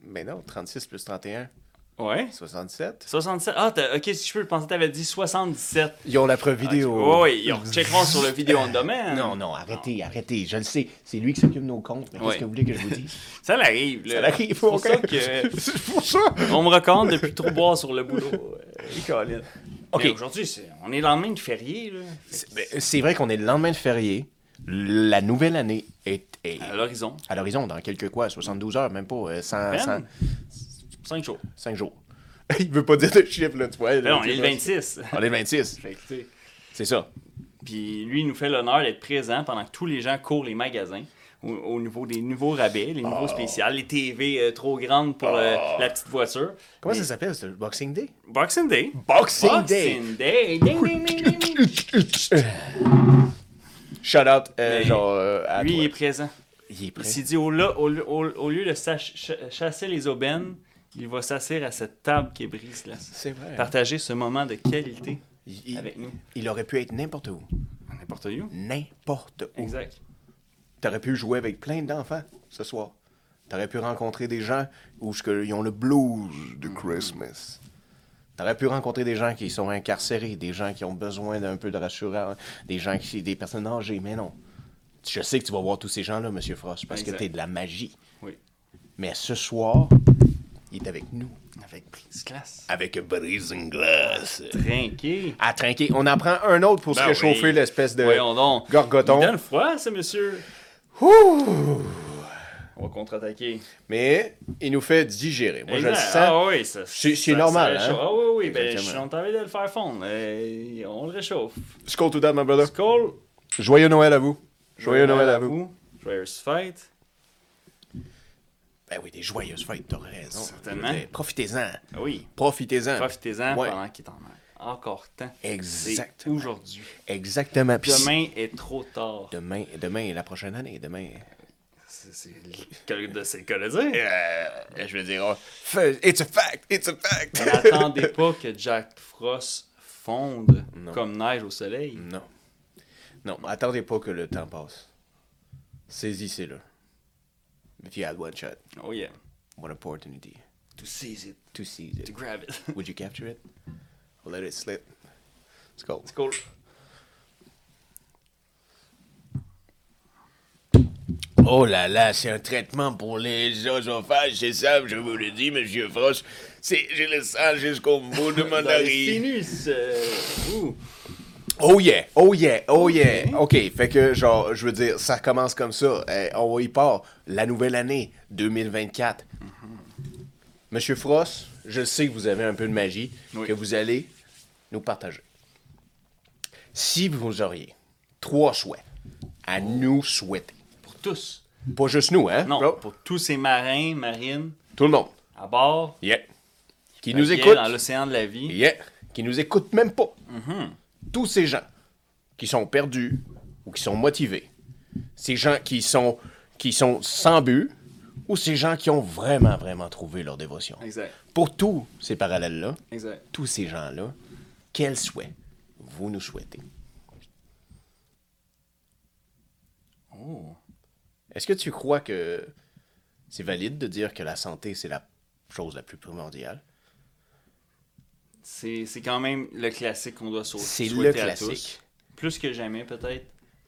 Speaker 1: Mais non, 36 plus 31,
Speaker 2: Ouais.
Speaker 1: 67.
Speaker 2: 67. Ah, t'as- ok, si je peux, je pensais que t'avais dit 77.
Speaker 1: Ils ont la preuve vidéo.
Speaker 2: Oh, oui, on checkeront sur le vidéo on demain. hein.
Speaker 1: Non, non, arrêtez, arrêtez. Je le sais, c'est lui qui s'occupe de nos comptes. Mais
Speaker 2: Ouais.
Speaker 1: qu'est-ce que vous voulez que je vous dise?
Speaker 2: Ça l'arrive, là.
Speaker 1: Euh, Ça l'arrive,
Speaker 2: C'est pour
Speaker 1: ok.
Speaker 2: ça que...
Speaker 1: C'est pour ça.
Speaker 2: On me recommande depuis trop boire sur le boulot.
Speaker 1: Ok.
Speaker 2: OK. Aujourd'hui, c'est- on est le lendemain de férié. Là. Fait
Speaker 1: C'est- ben, C'est vrai qu'on est le lendemain de férié. La nouvelle année est, est
Speaker 2: que- À l'horizon,
Speaker 1: à l'horizon, dans quelques quoi, 72 heures, même pas, euh, 100,
Speaker 2: Ben.
Speaker 1: 100
Speaker 2: 5 jours.
Speaker 1: 5 jours. Il veut pas dire de chiffre, là, tu vois.
Speaker 2: Là, Ben, on
Speaker 1: tu
Speaker 2: est le
Speaker 1: vois.
Speaker 2: 26.
Speaker 1: On est le 26,
Speaker 2: Fait que, tu sais,
Speaker 1: c'est ça.
Speaker 2: Puis lui, il nous fait l'honneur d'être présent pendant que tous les gens courent les magasins. Au, au niveau des nouveaux rabais, les nouveaux
Speaker 1: Ah.
Speaker 2: spéciaux, les TV euh, trop grandes pour euh, la petite voiture.
Speaker 1: Comment
Speaker 2: Mais-
Speaker 1: ça s'appelle, ce Boxing Day?
Speaker 2: Boxing Day.
Speaker 1: Boxing Day.
Speaker 2: Boxing Day. Ding, ding, ding, ding, ding.
Speaker 1: Shout out, euh,
Speaker 2: Mais
Speaker 1: genre, euh, à
Speaker 2: Lui,
Speaker 1: toi.
Speaker 2: il est présent.
Speaker 1: Il est
Speaker 2: Il
Speaker 1: prêt.
Speaker 2: s'est dit, au, la- au, au- au lieu de sach- ch- chasser les aubaines, il va s'asseoir à cette table qui brise là.
Speaker 1: C'est vrai. hein.
Speaker 2: Partager ce moment de qualité
Speaker 1: Il, il-
Speaker 2: avec nous.
Speaker 1: il aurait pu être n'importe où.
Speaker 2: N'importe où.
Speaker 1: N'importe où.
Speaker 2: Exact.
Speaker 1: T'aurais pu jouer avec plein d'enfants ce soir. T'aurais pu rencontrer des gens où ce que- ils ont le blues
Speaker 2: Mm-hmm.
Speaker 1: de Christmas. T'aurais pu rencontrer des gens qui sont incarcérés, des gens qui ont besoin d'un peu de rassurance, des gens qui des personnes âgées, mais non. Je sais que tu vas voir tous ces gens-là, Monsieur Frost, parce que
Speaker 2: Exact.
Speaker 1: t'es de la magie.
Speaker 2: Oui.
Speaker 1: Mais ce soir, il est avec nous.
Speaker 2: Avec brise glace.
Speaker 1: Avec Breezing Glass.
Speaker 2: Trinqué.
Speaker 1: À trinquer. On en prend un autre pour se
Speaker 2: Ben
Speaker 1: réchauffer
Speaker 2: oui.
Speaker 1: l'espèce de
Speaker 2: Voyons donc.
Speaker 1: gorgoton.
Speaker 2: Il donne froid, ce monsieur.
Speaker 1: Ouh!
Speaker 2: On va contre-attaquer.
Speaker 1: Mais il nous fait digérer. Moi, je le
Speaker 2: Exact.
Speaker 1: sens.
Speaker 2: Ah oui, ça-
Speaker 1: C'est- c'est
Speaker 2: ça-
Speaker 1: normal,
Speaker 2: ça réchauffe.
Speaker 1: hein?
Speaker 2: Ah oui, oui, ben, je
Speaker 1: Exactement.
Speaker 2: suis entendu de le faire fondre. Euh, on le réchauffe.
Speaker 1: Skull to that, my brother.
Speaker 2: Skull.
Speaker 1: Joyeux Noël à vous. Joyeux, Noël, à vous.
Speaker 2: Joyeuse fête.
Speaker 1: Ben oui, des joyeuses fêtes, t'as raison.
Speaker 2: Certainement.
Speaker 1: Je veux dire, Profitez-en.
Speaker 2: Ah oui.
Speaker 1: Profitez-en.
Speaker 2: Profitez-en
Speaker 1: Ouais.
Speaker 2: pendant qu'il est en a encore temps.
Speaker 1: Exact.
Speaker 2: C'est Aujourd'hui.
Speaker 1: Exactement. Puis
Speaker 2: Demain est trop tard.
Speaker 1: Demain, demain est la prochaine année. Demain.
Speaker 2: C'est c'est le que de- c'est le cas de le dire.
Speaker 1: Euh, je veux dire, oh, fais- it's a fact, it's a fact.
Speaker 2: Mais N'attendez pas que Jack Frost fonde
Speaker 1: Non.
Speaker 2: comme neige au soleil.
Speaker 1: non. Non, attendez pas que le temps passe. Saisissez-le. If you had one shot,
Speaker 2: Oh yeah.
Speaker 1: one opportunity
Speaker 2: To seize it,
Speaker 1: to seize
Speaker 2: to
Speaker 1: it,
Speaker 2: grab it.
Speaker 1: would you capture it? Or let it slip? Let's go.
Speaker 2: C'est cool.
Speaker 1: Oh là là, c'est un traitement pour les oesophages, c'est ça, je vous le dis, monsieur Frost. C'est, je le sens jusqu'au bout de mon
Speaker 2: Dans les
Speaker 1: nariz.
Speaker 2: sinus. euh, ouh.
Speaker 1: Oh yeah, oh yeah, oh yeah. OK, fait que, genre, je veux dire, ça commence comme ça. Eh, on y part. La nouvelle année, 2024. Mm-hmm. Monsieur Frost, je sais que vous avez un peu de magie
Speaker 2: Oui.
Speaker 1: que vous allez nous partager. Si vous auriez trois souhaits à nous souhaiter,
Speaker 2: Pour tous.
Speaker 1: pas juste nous, hein?
Speaker 2: Non,
Speaker 1: bro?
Speaker 2: pour tous ces marins, marines,
Speaker 1: Tout le monde.
Speaker 2: à bord,
Speaker 1: Yeah. Qui nous
Speaker 2: euh,
Speaker 1: écoutent.
Speaker 2: dans l'océan de la vie.
Speaker 1: Yeah. Qui nous écoutent même pas.
Speaker 2: Mm-hmm.
Speaker 1: Tous ces gens qui sont perdus ou qui sont motivés. Ces gens qui sont, qui sont sans but ou ces gens qui ont vraiment, vraiment trouvé leur dévotion.
Speaker 2: Exact,
Speaker 1: Pour tous ces parallèles-là,
Speaker 2: exact.
Speaker 1: tous ces gens-là, quel souhait vous nous souhaitez?
Speaker 2: Oh.
Speaker 1: Est-ce que tu crois que c'est valide de dire que la santé, c'est la chose la plus primordiale?
Speaker 2: C'est c'est quand même le classique qu'on doit sau-
Speaker 1: C'est
Speaker 2: souhaiter
Speaker 1: le
Speaker 2: à
Speaker 1: classique.
Speaker 2: tous. plus que jamais peut-être.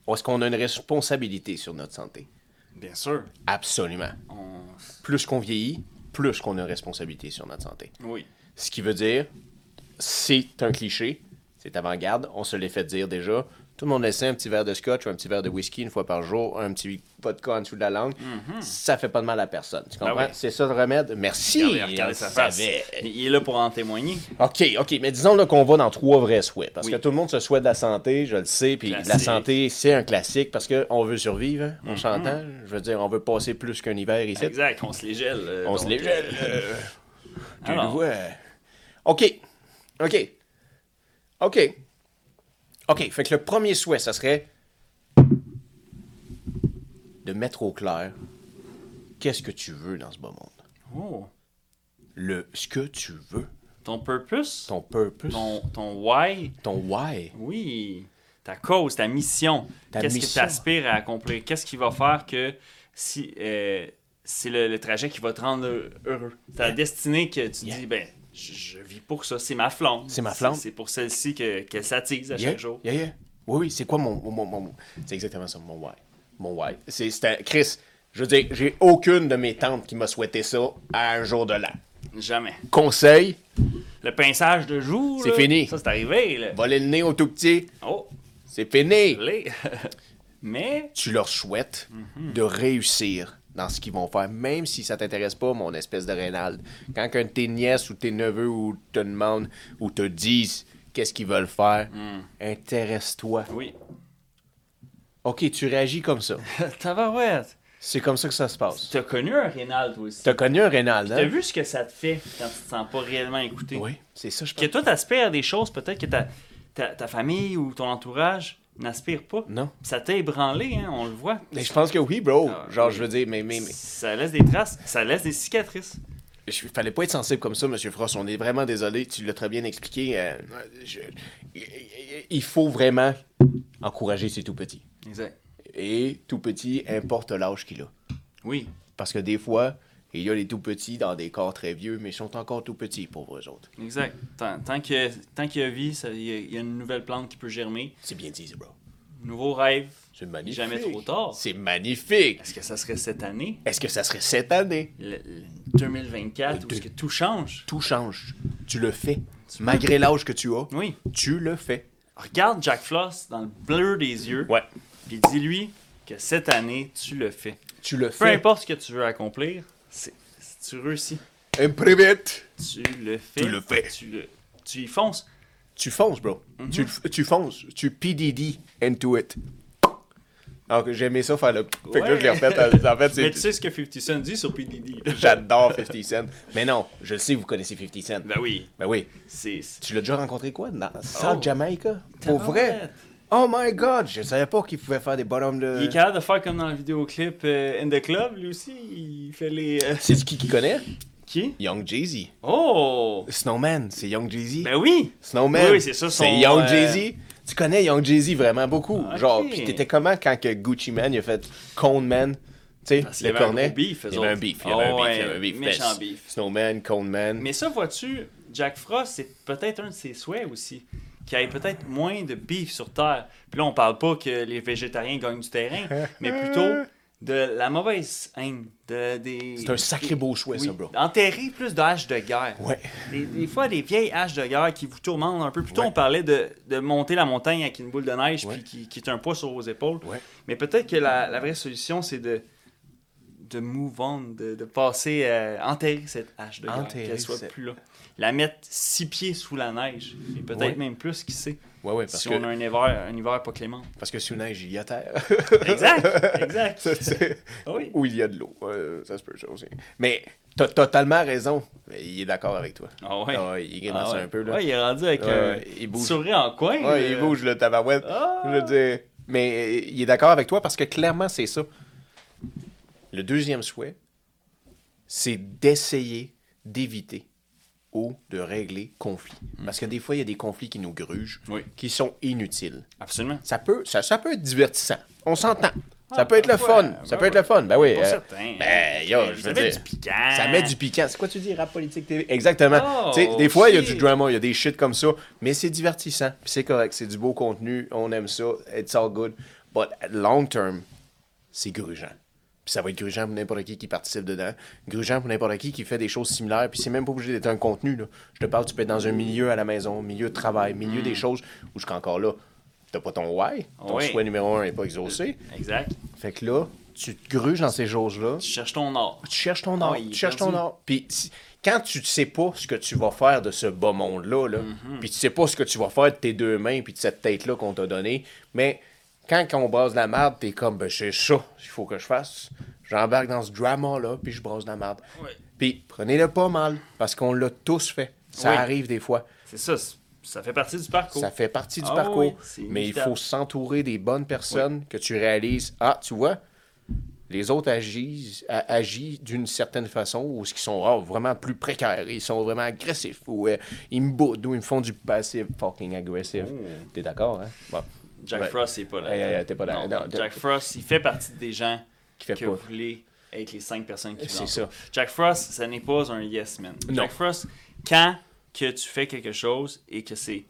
Speaker 1: Est-ce qu'on a une responsabilité sur notre santé?
Speaker 2: Bien sûr.
Speaker 1: Absolument.
Speaker 2: On...
Speaker 1: Plus qu'on vieillit, plus qu'on a une responsabilité sur notre santé.
Speaker 2: Oui.
Speaker 1: Ce qui veut dire, c'est un cliché, c'est avant-garde, on se l'est fait dire déjà. Tout le monde essaie un petit verre de scotch ou un petit verre de whisky une fois par jour, un petit vodka en dessous de la langue. Ça fait pas de mal à personne. Tu comprends?
Speaker 2: Mhm. Ben oui.
Speaker 1: C'est ça le remède? Merci!
Speaker 2: Regardez, regardez
Speaker 1: on
Speaker 2: sa face.
Speaker 1: savait.
Speaker 2: Il est là pour en témoigner.
Speaker 1: OK, OK, mais disons là, qu'on va dans trois vrais souhaits. Parce
Speaker 2: Oui.
Speaker 1: que tout le monde se souhaite de la santé, je le sais, puis la
Speaker 2: Classique. Mhm.
Speaker 1: santé, c'est un classique parce qu'on veut survivre, hein, on s'entend. Je veux dire, on veut passer plus qu'un hiver ici.
Speaker 2: Exact, on se les gèle. euh,
Speaker 1: On se
Speaker 2: donc,
Speaker 1: les gèle. euh, tu le
Speaker 2: alors.
Speaker 1: vois. OK. OK. OK. OK. Fait que le premier souhait, ça serait de mettre au clair qu'est-ce que tu veux dans ce beau monde.
Speaker 2: Oh.
Speaker 1: Le ce que tu veux,
Speaker 2: Ton purpose, ton,
Speaker 1: ton purpose, ton,
Speaker 2: ton, why,
Speaker 1: why.
Speaker 2: oui. Ta cause, ta mission.
Speaker 1: Ta
Speaker 2: Qu'est-ce que tu
Speaker 1: mission.
Speaker 2: aspires à accomplir? Qu'est-ce qui va faire que si euh, c'est le, le trajet qui va te rendre heureux? Ta destinée que tu
Speaker 1: Yeah.
Speaker 2: dis, ben, je, je vis pour ça, c'est ma flamme.
Speaker 1: C'est ma flamme.
Speaker 2: C'est c'est pour celle-ci que- qu'elle s'attise à
Speaker 1: Yeah,
Speaker 2: chaque jour.
Speaker 1: yeah, yeah. Oui, oui, c'est quoi mon. mon, mon- mon- C'est exactement ça, mon why. Mon why. C'est, c'est un- Chris, je veux dire, j'ai aucune de mes tantes qui m'a souhaité ça à un jour de l'an.
Speaker 2: Jamais.
Speaker 1: Conseil,
Speaker 2: Le pinçage de jour.
Speaker 1: C'est
Speaker 2: là,
Speaker 1: fini.
Speaker 2: Ça, c'est arrivé. Là.
Speaker 1: voler le nez au tout petit,
Speaker 2: Oh,
Speaker 1: c'est fini.
Speaker 2: les. Mais,
Speaker 1: Tu leur souhaites
Speaker 2: Mm-hmm.
Speaker 1: de réussir dans ce qu'ils vont faire, même si ça t'intéresse pas, mon espèce de Reynald. Quand un de tes nièces ou tes neveux ou te demandent ou te disent qu'est-ce qu'ils veulent faire,
Speaker 2: Mm.
Speaker 1: intéresse-toi.
Speaker 2: oui.
Speaker 1: Ok, tu réagis comme ça.
Speaker 2: Tabarouette.
Speaker 1: C'est comme ça que ça se passe.
Speaker 2: T'as connu un Rénal, toi aussi.
Speaker 1: T'as connu un Reynald,
Speaker 2: T'as
Speaker 1: hein?
Speaker 2: vu ce que ça te fait quand tu te sens pas réellement écouté?
Speaker 1: Oui, c'est ça, je
Speaker 2: Que
Speaker 1: pense.
Speaker 2: toi, t'aspires à des choses peut-être que ta, ta, ta famille ou ton entourage n'aspire pas.
Speaker 1: Non.
Speaker 2: Ça t'a ébranlé, hein, on le voit.
Speaker 1: Mais je pense que oui, bro.
Speaker 2: Ah,
Speaker 1: Genre,
Speaker 2: oui.
Speaker 1: je veux dire, mais, mais, mais-
Speaker 2: Ça laisse des traces, ça laisse des cicatrices.
Speaker 1: Je- fallait pas être sensible comme ça, Monsieur Frost. On est vraiment désolé. Tu l'as très bien expliqué. euh, je- il faut vraiment encourager ses tout petits.
Speaker 2: Exact.
Speaker 1: Et tout petit, importe l'âge qu'il a.
Speaker 2: Oui.
Speaker 1: Parce que des fois, il y a les tout petits dans des corps très vieux, mais ils sont encore tout petits pour eux autres.
Speaker 2: Exact. Tant, tant que- tant qu'il y a vie, ça- il y a- il y, a une nouvelle plante qui peut germer.
Speaker 1: C'est bien dit, ça, bro.
Speaker 2: Nouveau rêve.
Speaker 1: C'est magnifique.
Speaker 2: Jamais trop tard.
Speaker 1: C'est magnifique.
Speaker 2: Est-ce que ça serait cette année,
Speaker 1: Est-ce que ça serait cette année?
Speaker 2: le- le 2024, où
Speaker 1: deux-
Speaker 2: est-ce que tout change?
Speaker 1: Tout change. Tu le fais. Malgré l'âge que tu as,
Speaker 2: Oui.
Speaker 1: tu le fais.
Speaker 2: Regarde Jack Floss dans le bleu des yeux.
Speaker 1: Ouais.
Speaker 2: Puis dis-lui que cette année, tu le fais.
Speaker 1: Tu le
Speaker 2: Peu
Speaker 1: fais.
Speaker 2: importe ce que tu veux accomplir, c'est- si tu réussis,
Speaker 1: Imprévite.
Speaker 2: tu le fais.
Speaker 1: Tu le fais.
Speaker 2: Tu, le- tu y fonces.
Speaker 1: tu fonces, bro.
Speaker 2: Mhm.
Speaker 1: tu, le f- tu fonces. Tu PDD into it. Alors que j'aimais ça faire le... Fait que là, je l'ai
Speaker 2: Ouais.
Speaker 1: refait. euh, En fait,
Speaker 2: Mais
Speaker 1: c'est...
Speaker 2: tu sais ce que 50 Cent dit sur PDD. là?
Speaker 1: J'adore 50 Cent. Mais non, je le sais, vous connaissez 50 Cent.
Speaker 2: ben oui,
Speaker 1: Ben oui.
Speaker 2: c'est... c'est-
Speaker 1: Tu l'as déjà rencontré quoi? Dans South
Speaker 2: Oh.
Speaker 1: Jamaica? Pour vrai?
Speaker 2: Tabarouette.
Speaker 1: Oh my God! Je savais pas qu'il pouvait faire des bottoms
Speaker 2: Il est
Speaker 1: de...
Speaker 2: capable de faire comme dans le vidéoclip euh, In The Club, lui aussi, il fait les... euh,
Speaker 1: C'est qui qui connaît?
Speaker 2: Qui?
Speaker 1: Young Jeezy.
Speaker 2: Oh!
Speaker 1: Snowman, c'est Young Jeezy.
Speaker 2: Ben oui!
Speaker 1: Snowman.
Speaker 2: Oui, oui, c'est ça, son,
Speaker 1: C'est Young
Speaker 2: euh,
Speaker 1: Jeezy. Tu connais Young Jeezy vraiment beaucoup.
Speaker 2: Ah, ok.
Speaker 1: Genre, pis t'étais comment quand que Gucci Man il a fait Cone Man? Tu
Speaker 2: Parce
Speaker 1: sais,
Speaker 2: Ah, qu'il
Speaker 1: le
Speaker 2: y avait un
Speaker 1: cornet.
Speaker 2: gros beef, eux
Speaker 1: il y avait un
Speaker 2: autres.
Speaker 1: beef, il y avait un
Speaker 2: Oh,
Speaker 1: beef, il y
Speaker 2: ouais,
Speaker 1: avait un beef.
Speaker 2: méchant
Speaker 1: Ben,
Speaker 2: beef.
Speaker 1: Snowman, Cone Man.
Speaker 2: Mais ça, vois-tu, Jack Frost, c'est peut-être un de ses souhaits aussi. Qu'il y ait peut-être moins de beef sur Terre. Puis là, on parle pas que les végétariens gagnent du terrain, mais plutôt de la mauvaise haine. de- des...
Speaker 1: C'est un sacré beau choix,
Speaker 2: Oui,
Speaker 1: ça, bro.
Speaker 2: Enterrer plus de haches de guerre.
Speaker 1: Ouais.
Speaker 2: Des, des fois, des vieilles haches de guerre qui vous tourmentent un peu. Plutôt,
Speaker 1: Ouais.
Speaker 2: on parlait de, de monter la montagne avec une boule de neige
Speaker 1: Ouais.
Speaker 2: puis qui, qui est un poids sur vos épaules.
Speaker 1: Ouais.
Speaker 2: Mais peut-être que la, la vraie solution, c'est de, de move on, de, de passer, à enterrer cette hache de guerre,
Speaker 1: Enterrer
Speaker 2: qu'elle soit
Speaker 1: cette-
Speaker 2: plus là. La mettre six pieds sous la neige, et peut-être
Speaker 1: Ouais.
Speaker 2: même plus, qui sait,
Speaker 1: Ouais, ouais, parce
Speaker 2: si
Speaker 1: que,
Speaker 2: on a un hiver, un hiver pas clément.
Speaker 1: parce que sous neige, il y a terre.
Speaker 2: Exact, exact.
Speaker 1: Ça,
Speaker 2: Ah
Speaker 1: c'est-
Speaker 2: Oui.
Speaker 1: Ou il y a de l'eau. Euh, ça se peut, ça aussi. Mais t'as totalement raison. Mais Il est d'accord avec toi.
Speaker 2: Ah ouais.
Speaker 1: Ah ouais, il grimace
Speaker 2: Ah ouais.
Speaker 1: un peu, là.
Speaker 2: Ouais, il est rendu avec
Speaker 1: Ouais,
Speaker 2: un
Speaker 1: ouais, il
Speaker 2: petit
Speaker 1: bouge.
Speaker 2: sourire en coin.
Speaker 1: Ouais,
Speaker 2: là.
Speaker 1: il bouge le tabarouette.
Speaker 2: euh, Ah!
Speaker 1: Je veux dire. Mais euh, il est d'accord avec toi parce que clairement, c'est ça. Le deuxième souhait, c'est d'essayer d'éviter ou de régler conflit. Parce que des fois, il y a des conflits qui nous grugent,
Speaker 2: Mm. Oui.
Speaker 1: qui sont inutiles.
Speaker 2: Absolument.
Speaker 1: Ça peut, ça, ça peut être divertissant. On s'entend. Ça peut être le
Speaker 2: parfois,
Speaker 1: fun.
Speaker 2: ben
Speaker 1: Ça peut
Speaker 2: ouais.
Speaker 1: être le fun. Ben oui.
Speaker 2: Pas
Speaker 1: euh,
Speaker 2: certain.
Speaker 1: ben, yo, je
Speaker 2: ça
Speaker 1: veux
Speaker 2: met
Speaker 1: dire,
Speaker 2: du piquant.
Speaker 1: Ça met du piquant. C'est quoi tu dis, rap politique TV? Exactement.
Speaker 2: Oh,
Speaker 1: Tu sais, des fois, il y a
Speaker 2: shit.
Speaker 1: du drama, il y a des shit comme ça, mais c'est divertissant. Puis c'est correct, c'est du beau contenu, on aime ça, it's all good. But at long term, c'est grugeant. Puis ça va être grugeant pour n'importe qui qui participe dedans. Grugeant pour n'importe qui qui fait des choses similaires. Puis c'est même pas obligé d'être un contenu. Là. Je te parle, tu peux être dans un milieu à la maison, milieu de travail, milieu des choses où je suis encore là. T'as pas ton why, ton
Speaker 2: Oui.
Speaker 1: souhait numéro un n'est pas exaucé.
Speaker 2: Exact.
Speaker 1: Fait que là, tu te gruges dans ces choses-là
Speaker 2: Tu cherches ton or.
Speaker 1: tu cherches ton art,
Speaker 2: Ah, il est
Speaker 1: tu cherches
Speaker 2: perdu.
Speaker 1: ton art. Puis si- quand tu ne sais pas ce que tu vas faire de ce bas monde-là, là,
Speaker 2: Mm-hmm.
Speaker 1: puis tu sais pas ce que tu vas faire de tes deux mains puis de cette tête-là qu'on t'a donnée, mais quand, on brasse de la merde, t'es comme, ben, c'est ça qu'il faut que je fasse. J'embarque dans ce drama-là, puis je brasse de la merde.
Speaker 2: Ouais.
Speaker 1: Puis prenez-le pas mal, parce qu'on l'a tous fait. Ça
Speaker 2: Oui.
Speaker 1: arrive des fois.
Speaker 2: C'est ça. c'est- Ça fait partie du parcours.
Speaker 1: Ça fait partie du
Speaker 2: Ah
Speaker 1: parcours.
Speaker 2: oui, c'est
Speaker 1: mais il
Speaker 2: inévitable.
Speaker 1: faut s'entourer des bonnes personnes que tu réalises. Ah, tu vois, les autres agissent, a- agissent d'une certaine façon ou ce qui sont ah, vraiment plus précaires. Ils sont vraiment agressifs ou euh, ils me boudent ou ils me font du passif fucking agressif. T'es d'accord, hein? Bon,
Speaker 2: Oh. Jack
Speaker 1: Ouais.
Speaker 2: Frost, c'est pas là.
Speaker 1: Hey, hey, hey, t'es pas là-
Speaker 2: Non,
Speaker 1: non, t'es-
Speaker 2: Jack Frost, il fait partie des gens
Speaker 1: qui fait
Speaker 2: que
Speaker 1: pas.
Speaker 2: vous voulez être les cinq personnes qui
Speaker 1: C'est
Speaker 2: l'entourent.
Speaker 1: ça.
Speaker 2: Jack Frost, ça n'est pas un yes man.
Speaker 1: Non.
Speaker 2: Jack Frost, quand que tu fais quelque chose et que c'est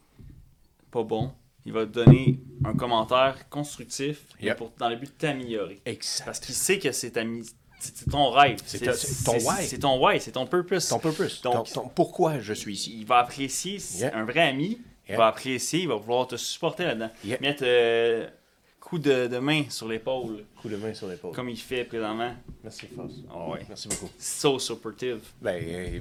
Speaker 2: pas bon, il va te donner un commentaire constructif mais
Speaker 1: Yep.
Speaker 2: pour, dans le but de t'améliorer.
Speaker 1: Exact.
Speaker 2: Parce qu'il sait que c'est ta mi- c'est c'est ton rêve.
Speaker 1: C'est ta- c'est ton why.
Speaker 2: C'est ton why, c'est ton purpose.
Speaker 1: Ton purpose.
Speaker 2: Donc-
Speaker 1: ton, ton pourquoi je suis ici.
Speaker 2: Il va apprécier, c'est
Speaker 1: Yeah.
Speaker 2: un vrai ami, il
Speaker 1: Yeah.
Speaker 2: va apprécier, il va vouloir te supporter là-dedans.
Speaker 1: Yeah.
Speaker 2: Mettre euh, coup de, de main sur l'épaule,
Speaker 1: Coup de main sur l'épaule.
Speaker 2: comme il fait présentement.
Speaker 1: Merci, Foss.
Speaker 2: Ah ouais.
Speaker 1: Merci beaucoup.
Speaker 2: So supportive.
Speaker 1: Ben, euh,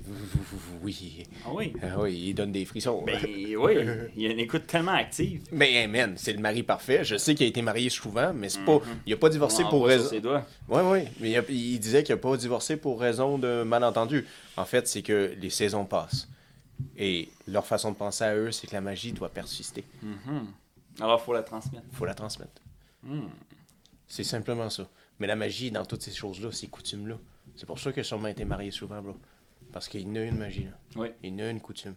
Speaker 1: oui.
Speaker 2: Ah oui.
Speaker 1: Ah oui, il donne des frissons. hein.
Speaker 2: Ben oui, il y a une écoute tellement active.
Speaker 1: Mais hey, man, c'est le mari parfait. Je sais qu'il a été marié souvent, mais c'est pas,
Speaker 2: Mhm.
Speaker 1: il a pas divorcé
Speaker 2: On
Speaker 1: pour
Speaker 2: va sur
Speaker 1: raison.
Speaker 2: ses doigts.
Speaker 1: Oui, oui, mais il, a- il disait qu'il a pas divorcé pour raison de malentendu. En fait, c'est que les saisons passent. Et leur façon de penser à eux, c'est que la magie doit persister.
Speaker 2: Mhm. Alors, faut la transmettre.
Speaker 1: faut la transmettre.
Speaker 2: Hmm.
Speaker 1: C'est simplement ça. Mais la magie, dans toutes ces choses-là, ces coutumes-là, c'est pour ça que sûrement été marié souvent, bro. Parce qu'il y en a une magie, là.
Speaker 2: Oui,
Speaker 1: Il y en a une coutume.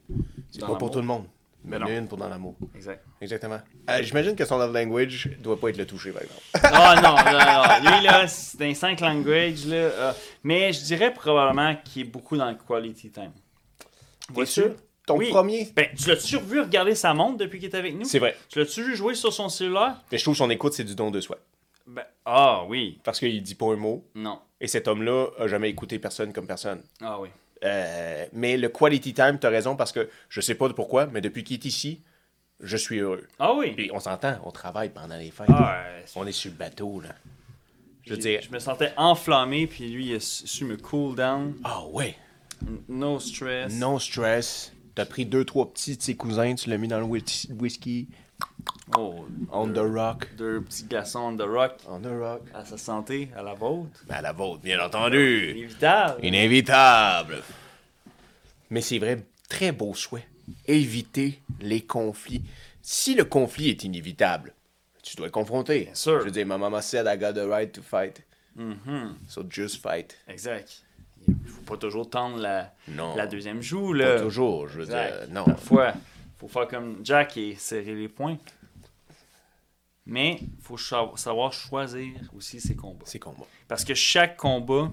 Speaker 1: C'est
Speaker 2: Dans
Speaker 1: pas pour
Speaker 2: l'amour.
Speaker 1: tout le monde, mais il y
Speaker 2: Ben
Speaker 1: en a
Speaker 2: non.
Speaker 1: une pour dans l'amour.
Speaker 2: exact.
Speaker 1: Exactement. Euh, J'imagine que son love language doit pas être le toucher, par exemple.
Speaker 2: Ah non, non, non. Lui, là, c'est un 5 language, là. euh, mais je dirais probablement qu'il est beaucoup dans le quality time.
Speaker 1: T'es
Speaker 2: Vois-tu?
Speaker 1: sûr? Ton
Speaker 2: Oui.
Speaker 1: premier?
Speaker 2: Ben, tu l'as-tu vu regarder sa montre depuis qu'il est avec nous?
Speaker 1: C'est vrai.
Speaker 2: Tu l'as-tu vu jouer sur son cellulaire?
Speaker 1: Mais je trouve que son écoute, c'est du don de soi.
Speaker 2: Ben, ah oui.
Speaker 1: Parce qu'il dit pas un mot.
Speaker 2: Non.
Speaker 1: Et cet homme-là a jamais écouté personne comme personne.
Speaker 2: Ah oui.
Speaker 1: Euh, mais le quality time, t'as raison, parce que je sais pas de pourquoi, mais depuis qu'il est ici, je suis heureux.
Speaker 2: Ah oui.
Speaker 1: Puis on s'entend, on travaille pendant les fêtes.
Speaker 2: Ah, euh,
Speaker 1: On est sur le bateau, là. Je veux
Speaker 2: j'ai-
Speaker 1: dire,
Speaker 2: Je me sentais enflammé, puis lui, il a su su me cool down.
Speaker 1: ah ouais,
Speaker 2: No stress.
Speaker 1: non stress. T'as pris deux, trois petits de ses cousins, tu l'as mis dans le whis- whisky.
Speaker 2: Oh,
Speaker 1: On the rock.
Speaker 2: deux petits glaçons on the rock
Speaker 1: On the rock.
Speaker 2: à sa santé, à la vôtre.
Speaker 1: Mais à la vôtre, bien entendu.
Speaker 2: Inévitable.
Speaker 1: Inévitable. Mais c'est vrai, très beau souhait. Éviter les conflits. Si le conflit est inévitable, tu dois le confronter. Bien
Speaker 2: sûr.
Speaker 1: Je veux dire, ma maman said I got the right to fight. So just fight.
Speaker 2: Exact. Il faut pas toujours tendre la,
Speaker 1: Non.
Speaker 2: la deuxième joue,
Speaker 1: Pas
Speaker 2: là.
Speaker 1: toujours, je veux
Speaker 2: Exact.
Speaker 1: dire, non.
Speaker 2: Parfois, faut faire comme Jack et serrer les poings. Mais faut cho- savoir choisir aussi ses combats.
Speaker 1: C'est combat.
Speaker 2: Parce que chaque combat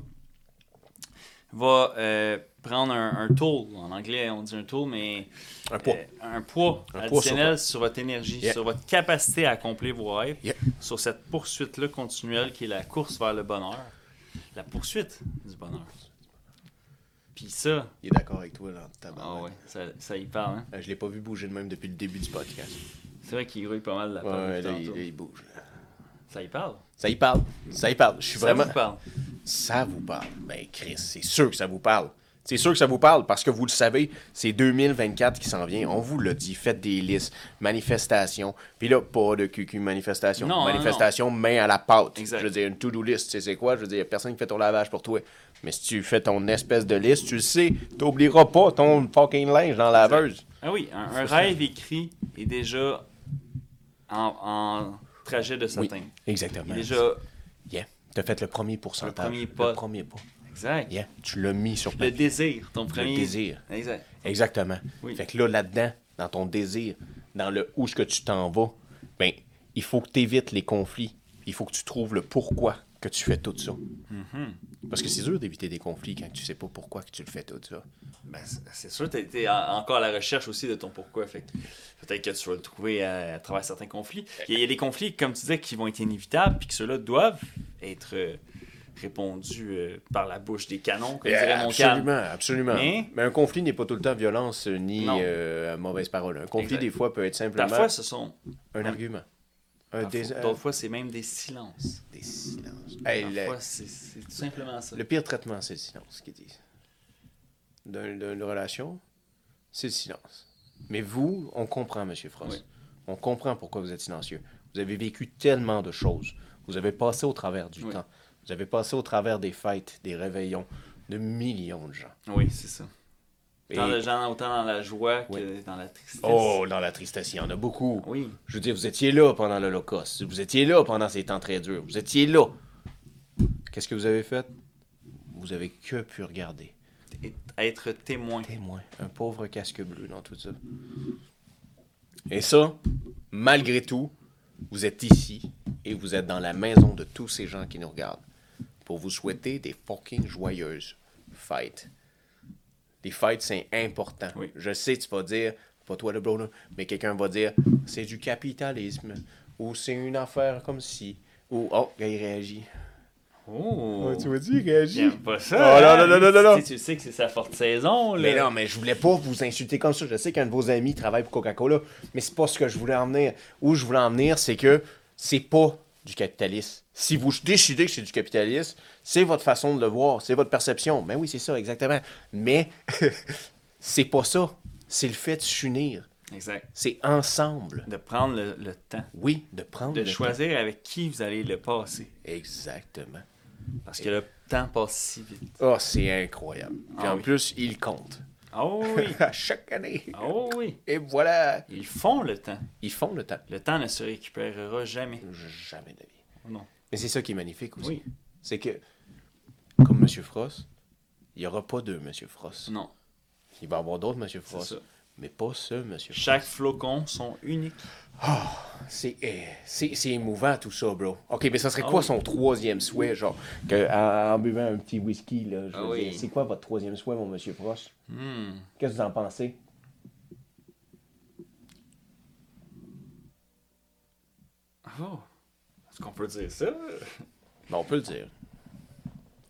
Speaker 2: va euh, prendre un, un toll. En anglais, on dit un toll, mais
Speaker 1: Un poids.
Speaker 2: euh, un poids
Speaker 1: Un poids sur
Speaker 2: additionnel sur, votre énergie,
Speaker 1: Yeah.
Speaker 2: sur votre capacité à accomplir vos rêves,
Speaker 1: Yeah.
Speaker 2: sur cette poursuite-là continuelle qui est la course vers le bonheur. La poursuite du bonheur. Puis ça,
Speaker 1: Il est d'accord avec toi, là. tabarnak.
Speaker 2: ah ouais, ça, ça y parle. Hein?
Speaker 1: Euh, Je l'ai pas vu bouger de même depuis le début du podcast.
Speaker 2: C'est vrai qu'il grouille pas mal la
Speaker 1: Ouais,
Speaker 2: parole
Speaker 1: ouais,
Speaker 2: depuis
Speaker 1: là, il,
Speaker 2: tantôt.
Speaker 1: là, il bouge. là.
Speaker 2: Ça y parle.
Speaker 1: Ça y parle. Ça y parle. Je suis
Speaker 2: Ça
Speaker 1: vraiment.
Speaker 2: vous parle.
Speaker 1: Ça vous parle. Ben, Chris, c'est sûr que ça vous parle. C'est sûr que ça vous parle parce que vous le savez, c'est 2024 qui s'en vient. On vous l'a dit, faites des listes, manifestations. Puis là, pas de cucu manifestation.
Speaker 2: Non, non,
Speaker 1: manifestation main à la pâte.
Speaker 2: Exact.
Speaker 1: Je veux dire, une to-do list, tu sais c'est quoi? Je veux dire, y a personne qui fait ton lavage pour toi. Mais si tu fais ton espèce de liste, tu le sais, t'oublieras pas ton fucking linge dans la laveuse.
Speaker 2: Ah oui, un, un rêve écrit est déjà en, en trajet de
Speaker 1: Oui,
Speaker 2: s'atteindre. Il
Speaker 1: exactement.
Speaker 2: est déjà.
Speaker 1: Yeah. T'as fait le premier pourcentage.
Speaker 2: premier pas.
Speaker 1: Le premier pas.
Speaker 2: Exact.
Speaker 1: Yeah. Tu l'as mis sur
Speaker 2: Le
Speaker 1: papier.
Speaker 2: désir, ton premier.
Speaker 1: désir.
Speaker 2: Exact.
Speaker 1: Exactement.
Speaker 2: Oui.
Speaker 1: Fait que là, là-dedans, dans ton désir, dans le où ce que tu t'en vas, ben, il faut que tu évites les conflits. il faut que tu trouves le pourquoi que tu fais tout ça.
Speaker 2: Mm-hmm.
Speaker 1: Parce que c'est dur d'éviter des conflits quand tu sais pas pourquoi que tu le fais tout ça.
Speaker 2: Ben, c'est- c'est sûr, tu étais encore à la recherche aussi de ton pourquoi. Fait que peut-être que tu vas le trouver à, à travers certains conflits. Il y, a- il y a des conflits, comme tu disais, qui vont être inévitables, puis que ceux-là doivent être euh, répondus euh, par la bouche des canons, comme
Speaker 1: Euh,
Speaker 2: dirait mon calme.
Speaker 1: absolument, absolument.
Speaker 2: Mais-
Speaker 1: Mais... un conflit n'est pas tout le temps violence euh, ni
Speaker 2: Non.
Speaker 1: euh, mauvaise parole. Un conflit,
Speaker 2: Exact.
Speaker 1: des fois, peut être simplement
Speaker 2: Parfois, ce sont.
Speaker 1: un argument. Un
Speaker 2: parfois-
Speaker 1: dés-
Speaker 2: D'autres fois, c'est même des silences.
Speaker 1: des silences. Hey, le-
Speaker 2: Parfois, c'est c'est tout simplement ça.
Speaker 1: Le pire traitement, c'est le silence, qu'ils disent. D'un- D'une relation, c'est le silence. Mais vous, on comprend, M. Frost.
Speaker 2: Oui.
Speaker 1: On comprend pourquoi vous êtes silencieux. Vous avez vécu tellement de choses. Vous avez passé au travers du
Speaker 2: Oui.
Speaker 1: temps. Vous avez passé au travers des fêtes, des réveillons, de millions de gens.
Speaker 2: Oui, c'est ça.
Speaker 1: Et-
Speaker 2: Tant de gens, autant dans la joie que
Speaker 1: Oui.
Speaker 2: dans la tristesse.
Speaker 1: Oh, dans la tristesse, il y en a beaucoup.
Speaker 2: Oui.
Speaker 1: Je veux dire, vous étiez là pendant l'Holocauste. Vous étiez là pendant ces temps très durs. Vous étiez là. Qu'est-ce que vous avez fait? Vous avez que pu regarder.
Speaker 2: Et être témoin.
Speaker 1: témoin, un pauvre casque bleu dans tout ça. Et ça, malgré tout, vous êtes ici et vous êtes dans la maison de tous ces gens qui nous regardent pour vous souhaiter des fucking joyeuses fêtes. Les fêtes, c'est important.
Speaker 2: Oui.
Speaker 1: Je sais, tu vas dire, pas toi le bonheur, mais quelqu'un va dire, c'est du capitalisme ou c'est une affaire comme si. Ou, oh, il réagit.
Speaker 2: Oh.
Speaker 1: vas dire, il réagit.
Speaker 2: J'aime pas ça.
Speaker 1: Oh, non,
Speaker 2: hein.
Speaker 1: non, non, non, non.
Speaker 2: Si tu sais que c'est sa forte saison, là.
Speaker 1: Mais non, mais je voulais pas vous insulter comme ça. Je sais qu'un de vos amis travaille pour Coca-Cola, mais c'est pas ce que je voulais en venir. Où je voulais en venir, c'est que c'est pas du capitalisme. Si vous décidez que c'est du capitalisme, c'est votre façon de le voir, c'est votre perception. Mais oui, c'est ça, exactement. Mais c'est pas ça. C'est le fait de s'unir.
Speaker 2: Exact.
Speaker 1: C'est ensemble.
Speaker 2: De prendre le, le temps.
Speaker 1: Oui, de prendre
Speaker 2: De
Speaker 1: le
Speaker 2: choisir avec qui vous allez le passer.
Speaker 1: temps. Exactement.
Speaker 2: Parce que le temps passe si vite.
Speaker 1: Oh, c'est incroyable. Puis
Speaker 2: Ah
Speaker 1: en
Speaker 2: oui.
Speaker 1: plus, ils comptent.
Speaker 2: Oh oui.
Speaker 1: À chaque année.
Speaker 2: Oh oui.
Speaker 1: Et voilà.
Speaker 2: Ils font le temps.
Speaker 1: Ils font le temps.
Speaker 2: Le temps ne se récupérera jamais.
Speaker 1: Jamais de la vie.
Speaker 2: Non.
Speaker 1: Mais c'est ça qui est magnifique aussi.
Speaker 2: Oui.
Speaker 1: C'est que, comme M. Frost, il n'y aura pas deux M. Frost.
Speaker 2: Non.
Speaker 1: Il va y avoir d'autres M. Frost,
Speaker 2: ça.
Speaker 1: mais pas ce M. Frost.
Speaker 2: Chaque flocon sont uniques.
Speaker 1: C'est eh, c'est- c'est émouvant tout ça, bro. OK, mais ça serait
Speaker 2: Ah
Speaker 1: quoi
Speaker 2: oui.
Speaker 1: son troisième souhait, genre, que, en, en buvant un petit whisky, là, je
Speaker 2: Ah
Speaker 1: veux
Speaker 2: oui.
Speaker 1: dire, c'est quoi votre troisième souhait, mon M. Frost?
Speaker 2: Hmm.
Speaker 1: Qu'est-ce que vous en pensez?
Speaker 2: Oh. Est-ce qu'on peut dire ça?
Speaker 1: Ben, on peut le dire.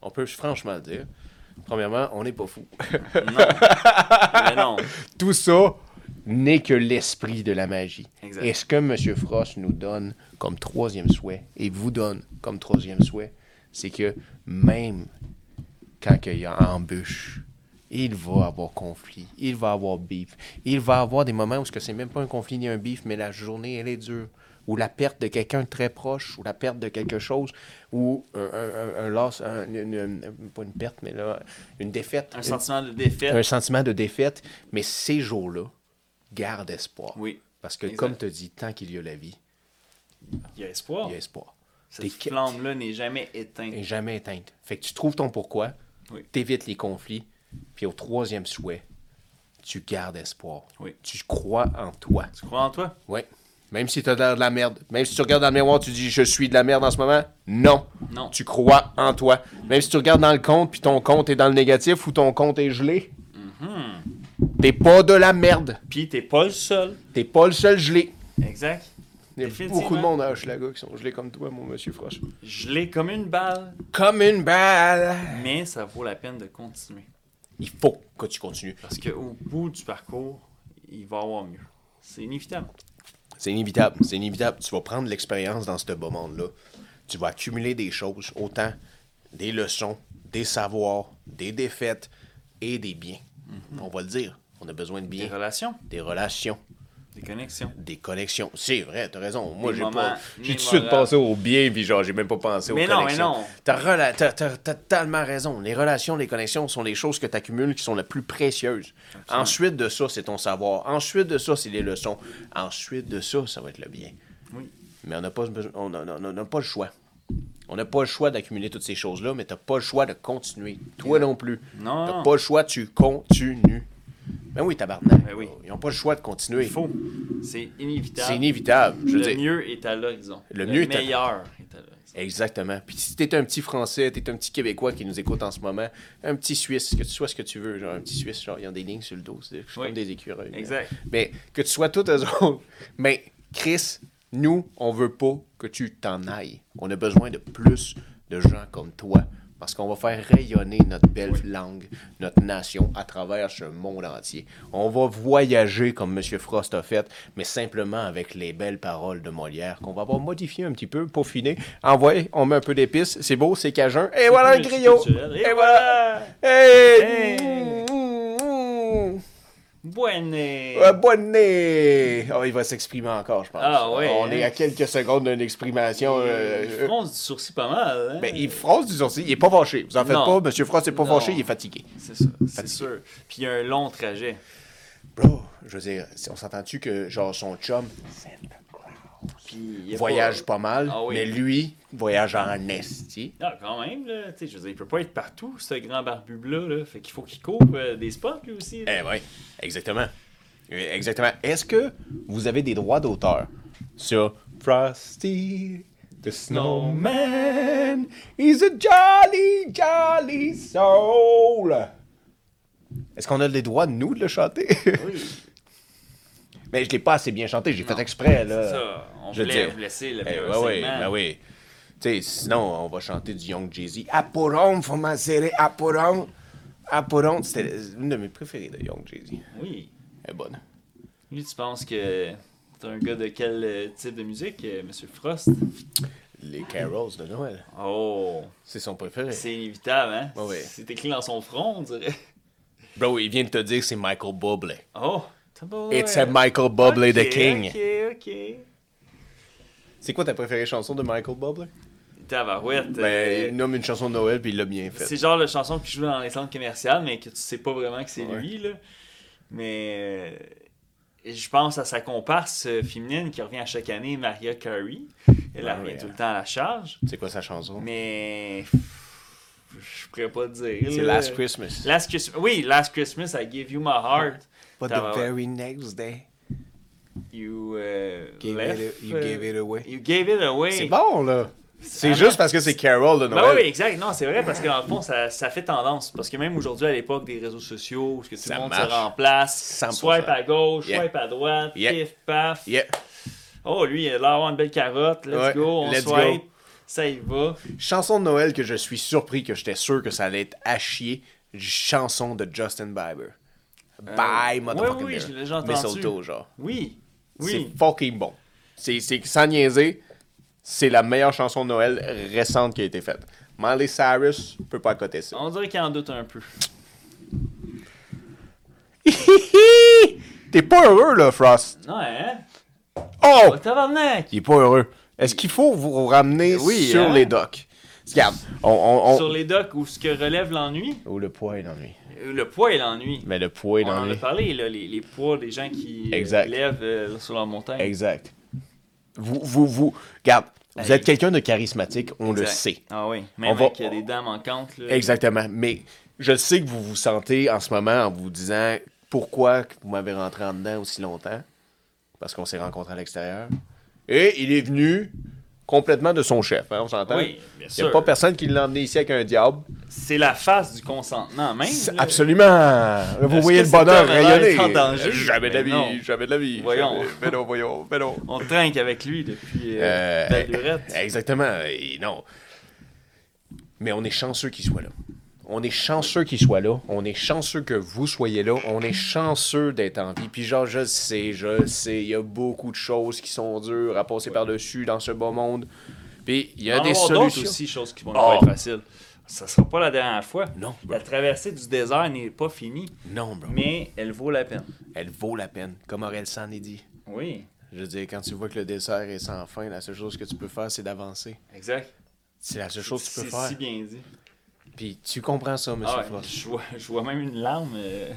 Speaker 1: On peut franchement le dire. Premièrement, on n'est pas fou.
Speaker 2: Non. Mais non.
Speaker 1: tout ça n'est que l'esprit de la magie.
Speaker 2: Exact.
Speaker 1: Et ce que M. Frost nous donne comme troisième souhait, et vous donne comme troisième souhait, c'est que même quand il y a embûche, il va avoir conflit, il va avoir beef, il va avoir des moments où ce que c'est même pas un conflit ni un beef, mais la journée, elle est dure. Ou la perte de quelqu'un de très proche, ou la perte de quelque chose, ou un, un, un- un loss, un- une- une- pas une perte, mais là, une défaite. une-
Speaker 2: Un sentiment de défaite.
Speaker 1: un sentiment de défaite, mais ces jours-là gardent espoir.
Speaker 2: Oui.
Speaker 1: Parce que,
Speaker 2: Exact. Oh,
Speaker 1: comme tu dis, tant qu'il y a la vie,
Speaker 2: Il y a espoir.
Speaker 1: il y a espoir.
Speaker 2: Cette
Speaker 1: T'es-
Speaker 2: flamme-là n'est jamais éteinte.
Speaker 1: Et jamais éteinte. Fait que tu trouves ton pourquoi,
Speaker 2: Oui.
Speaker 1: t'évites les conflits, puis au troisième souhait, tu gardes espoir.
Speaker 2: Oui.
Speaker 1: Tu crois en toi.
Speaker 2: Tu crois en toi?
Speaker 1: Ouais. Même si tu as de la merde, même si tu regardes dans le miroir, tu dis je suis de la merde en ce moment, non.
Speaker 2: Non.
Speaker 1: Tu crois en toi. Même si tu regardes dans le compte, puis ton compte est dans le négatif ou ton compte est gelé,
Speaker 2: Mm-hmm.
Speaker 1: t'es pas de la merde.
Speaker 2: Puis t'es pas le seul.
Speaker 1: T'es pas le seul gelé.
Speaker 2: Exact.
Speaker 1: Il y a
Speaker 2: Définitivement.
Speaker 1: beaucoup de monde à Hochelaga qui sont gelés comme toi, mon monsieur Frost.
Speaker 2: Je l'ai comme une balle,
Speaker 1: Comme une balle!
Speaker 2: mais ça vaut la peine de continuer.
Speaker 1: Il faut que tu continues.
Speaker 2: Parce qu'au bout du parcours, il va y avoir mieux. C'est inévitable.
Speaker 1: C'est inévitable, c'est inévitable. Tu vas prendre l'expérience dans ce beau monde-là. Tu vas accumuler des choses, autant des leçons, des savoirs, des défaites et des biens. On va le dire. On a besoin de
Speaker 2: Mhm. Des
Speaker 1: biens,
Speaker 2: relations,
Speaker 1: des relations,
Speaker 2: des connexions.
Speaker 1: des connexions. C'est vrai, t'as raison. Moi,
Speaker 2: Des
Speaker 1: j'ai
Speaker 2: moments
Speaker 1: pas. J'ai tout de suite
Speaker 2: mémorables.
Speaker 1: pensé aux biens, puis genre, j'ai même pas pensé aux
Speaker 2: Mais non, mais
Speaker 1: connexions.
Speaker 2: non.
Speaker 1: T'as rela- t'as- t'as- t'as totalement raison. Les relations, les connexions sont les choses que tu accumules qui sont les plus précieuses. Ensuite de ça, c'est ton savoir. Ensuite de ça, c'est les leçons. Ensuite de ça, ça va être le bien.
Speaker 2: Oui.
Speaker 1: Mais on n'a pas, besoin- on n'a- on n'a- on n'a pas le choix. On n'a pas le choix d'accumuler toutes ces choses-là, mais tu pas le choix de continuer. Toi non plus.
Speaker 2: Non, non.
Speaker 1: Tu pas le choix, tu continues. Ben oui, tabarnak.
Speaker 2: Ben oui.
Speaker 1: Ils n'ont pas le choix de continuer.
Speaker 2: Il faut. C'est inévitable.
Speaker 1: C'est inévitable. Je veux
Speaker 2: le
Speaker 1: dire,
Speaker 2: mieux est à l'horizon.
Speaker 1: Le mieux est à-
Speaker 2: meilleur est à l'horizon.
Speaker 1: Exactement. Puis si t'es un petit Français, t'es un petit Québécois qui nous écoute en ce moment, un petit Suisse, que tu sois ce que tu veux, genre un petit Suisse, genre, ils ont des lignes sur le dos, c'est je suis
Speaker 2: Oui.
Speaker 1: comme des écureuils. là.
Speaker 2: Exact.
Speaker 1: Mais que tu sois tout eux autres. Mais Chris, nous, on veut pas que tu t'en ailles. On a besoin de plus de gens comme toi. Parce qu'on va faire rayonner notre belle langue, notre nation à travers ce monde entier. On va voyager comme M. Frost a fait, mais simplement avec les belles paroles de Molière qu'on va avoir modifiées un petit peu, peaufinées. Envoyé, on met un peu d'épices, c'est beau, c'est cajun. Et voilà le
Speaker 2: plus
Speaker 1: griot!
Speaker 2: culturel. Et
Speaker 1: Et voilà! Hey! Mmh, Mm, mm, mm.
Speaker 2: Bonne.
Speaker 1: Euh, bonne nez! Oh, il va s'exprimer encore, je pense.
Speaker 2: Ah ouais,
Speaker 1: On
Speaker 2: hein?
Speaker 1: est à quelques secondes d'une exprimation. euh,
Speaker 2: Il fronce du sourcil pas mal. hein?
Speaker 1: ben, il fronce du sourcil, il est pas fâché. Vous en faites
Speaker 2: Non.
Speaker 1: pas, Monsieur Frost est pas
Speaker 2: Non.
Speaker 1: fâché, il est fatigué.
Speaker 2: C'est ça, c'est sûr. Puis il y a un long trajet.
Speaker 1: Bro, je veux dire, on s'entend-tu que genre son chum
Speaker 2: Puis il y a
Speaker 1: voyage pas, mal,
Speaker 2: Ah oui.
Speaker 1: mais lui voyage en esti.
Speaker 2: Ah, quand même, là. Tu sais, je veux dire, il peut pas être partout, ce grand barbube-là. Là. Fait qu'il faut qu'il coupe euh, des spots, lui aussi. là.
Speaker 1: Eh oui, exactement. Oui, Exactement. Est-ce que vous avez des droits d'auteur sur Frosty the Snowman? He's a jolly, jolly soul. Est-ce qu'on a les droits, nous, de le chanter?
Speaker 2: Oui.
Speaker 1: Mais je l'ai pas assez bien chanté, j'ai
Speaker 2: Non,
Speaker 1: fait exprès, là.
Speaker 2: C'est ça. On
Speaker 1: Euh, Je veux
Speaker 2: voulait
Speaker 1: dire,
Speaker 2: vous laisser le
Speaker 1: Eh,
Speaker 2: meilleur
Speaker 1: ouais, ouais,
Speaker 2: segment.
Speaker 1: ben oui. Tu sais, sinon, on va chanter du Young Jay-Z. Aporon, faut m'insérer, Aporon. Aporon, c'était une de mes préférées de Young Jay-Z.
Speaker 2: Oui.
Speaker 1: Elle est bonne.
Speaker 2: Lui, tu penses que t'es un gars de quel euh, type de musique, euh, Monsieur Frost?
Speaker 1: Les carols de Noël.
Speaker 2: Oh,
Speaker 1: C'est son préféré.
Speaker 2: c'est inévitable, hein?
Speaker 1: Ouais, ouais.
Speaker 2: C'est écrit dans son front, on dirait.
Speaker 1: Bro, il vient de te dire que c'est Michael Bublé.
Speaker 2: Oh, t'as beau,
Speaker 1: It's
Speaker 2: ouais.
Speaker 1: a Michael Bublé
Speaker 2: Ok,
Speaker 1: the King.
Speaker 2: Ok, ok.
Speaker 1: C'est quoi ta préférée chanson de Michael Bublé?
Speaker 2: Tabarouette. euh,
Speaker 1: Ben, il nomme une chanson de Noël puis il l'a bien
Speaker 2: c'est
Speaker 1: faite.
Speaker 2: genre la chanson qui joue dans les centres commerciaux, mais que tu sais pas vraiment que c'est
Speaker 1: Ouais.
Speaker 2: lui, là. Mais euh, je pense à sa comparse euh, féminine qui revient à chaque année, Maria Carey. Elle
Speaker 1: Ah,
Speaker 2: revient
Speaker 1: ouais.
Speaker 2: tout le temps à la charge.
Speaker 1: C'est quoi sa chanson?
Speaker 2: Mais pff, je pourrais pas te dire.
Speaker 1: C'est
Speaker 2: là.
Speaker 1: Last Christmas.
Speaker 2: Last Christmas. Oui, Last Christmas, I gave you my heart.
Speaker 1: But
Speaker 2: Tabarouette.
Speaker 1: the very next day,
Speaker 2: You euh,
Speaker 1: gave
Speaker 2: left,
Speaker 1: it- you
Speaker 2: euh,
Speaker 1: gave it away.
Speaker 2: You gave it away.
Speaker 1: C'est bon, là. C'est
Speaker 2: Ah,
Speaker 1: juste parce que c'est Carol de
Speaker 2: Ben
Speaker 1: Noël.
Speaker 2: oui, exact. Non, c'est vrai parce que dans le fond, ça, ça fait tendance. Parce que même aujourd'hui, à l'époque des réseaux sociaux, où est-ce que tout
Speaker 1: Ça
Speaker 2: le monde
Speaker 1: marche.
Speaker 2: se remplace,
Speaker 1: 100%.
Speaker 2: swipe à gauche,
Speaker 1: Yeah.
Speaker 2: swipe à droite,
Speaker 1: Yeah.
Speaker 2: pif, paf.
Speaker 1: Yeah.
Speaker 2: Oh, lui, il a l'air d'avoir une belle carotte. Let's
Speaker 1: Ouais,
Speaker 2: go, on
Speaker 1: let's
Speaker 2: swipe.
Speaker 1: go.
Speaker 2: Ça y va.
Speaker 1: Chanson de Noël que je suis surpris que j'étais sûr que ça allait être à chier. Chanson de Justin Bieber. Bye, motherfucking
Speaker 2: oui,
Speaker 1: bear.
Speaker 2: Euh, je l'ai déjà entendu.
Speaker 1: Mistletoe, genre.
Speaker 2: Oui, oui.
Speaker 1: C'est fucking bon. C'est, c'est sans niaiser, c'est la meilleure chanson de Noël récente qui a été faite. Miley Cyrus peut pas coter ça.
Speaker 2: On dirait qu'il en doute un peu.
Speaker 1: T'es pas heureux là, Frost.
Speaker 2: Non, hein?
Speaker 1: Oh!
Speaker 2: Oh, tabarnak!
Speaker 1: Il est pas heureux. Est-ce qu'il faut vous ramener
Speaker 2: Oui,
Speaker 1: sur
Speaker 2: hein?
Speaker 1: les docks? Regarde, on. on, on-
Speaker 2: Sur les docks où ce que relève l'ennui,
Speaker 1: Oh, le poids est dans lui.
Speaker 2: euh, le poids et l'ennui.
Speaker 1: Mais le poids est
Speaker 2: On
Speaker 1: dans
Speaker 2: en a
Speaker 1: lui.
Speaker 2: parlé, là, les, les poids des gens qui euh,
Speaker 1: Exact.
Speaker 2: lèvent euh, sur leur montagne.
Speaker 1: Exact. Vous, vous, vous. Regarde, vous
Speaker 2: Hey.
Speaker 1: êtes quelqu'un de charismatique, on le
Speaker 2: Exact.
Speaker 1: sait.
Speaker 2: Ah oui, même
Speaker 1: va-
Speaker 2: avec euh, des dents manquantes. Là.
Speaker 1: Exactement. Mais je sais que vous vous sentez en ce moment en vous disant pourquoi que vous m'avez rentré en dedans aussi longtemps. Parce qu'on s'est rencontrés à l'extérieur. Et il est venu complètement de son chef, hein, on s'entend?
Speaker 2: Oui, bien
Speaker 1: Il n'y
Speaker 2: sûr. Ben,
Speaker 1: a pas personne qui l'a emmené ici avec un diable.
Speaker 2: C'est la face du consentement même.
Speaker 1: C'est-
Speaker 2: là.
Speaker 1: Absolument! Vous
Speaker 2: Est-ce
Speaker 1: voyez
Speaker 2: que
Speaker 1: le bonheur
Speaker 2: cet homme a l'air
Speaker 1: rayonner.
Speaker 2: d'être en danger?
Speaker 1: Jamais de la
Speaker 2: Mais non.
Speaker 1: vie, jamais de la vie.
Speaker 2: Voyons.
Speaker 1: Jamais- Mais non, voyons, mais non.
Speaker 2: On trinque avec lui depuis euh,
Speaker 1: Euh,
Speaker 2: la lurette.
Speaker 1: Exactement. Et non. Mais on est chanceux qu'il soit là. On est chanceux qu'il soit là. On est chanceux que vous soyez là. On est chanceux d'être en vie. Puis genre, je le sais, je le sais, il y a beaucoup de choses qui sont dures à passer par-dessus dans ce beau monde. Puis il y
Speaker 2: Il
Speaker 1: a des solutions.
Speaker 2: aussi, choses qui vont
Speaker 1: Oh.
Speaker 2: pas être faciles. Ça sera pas la dernière fois.
Speaker 1: Non, bro.
Speaker 2: La traversée du désert n'est pas finie,
Speaker 1: Non, bro.
Speaker 2: mais elle vaut la peine.
Speaker 1: Elle vaut la peine, comme Aurel San est dit.
Speaker 2: Oui,
Speaker 1: Je veux dire, quand tu vois que le dessert est sans fin, la seule chose que tu peux faire, c'est d'avancer.
Speaker 2: exact.
Speaker 1: C'est la seule chose que tu peux
Speaker 2: C'est
Speaker 1: faire.
Speaker 2: si bien dit.
Speaker 1: Puis tu comprends ça, monsieur
Speaker 2: Ah ouais,
Speaker 1: Frost.
Speaker 2: je, vois, je vois même une larme euh,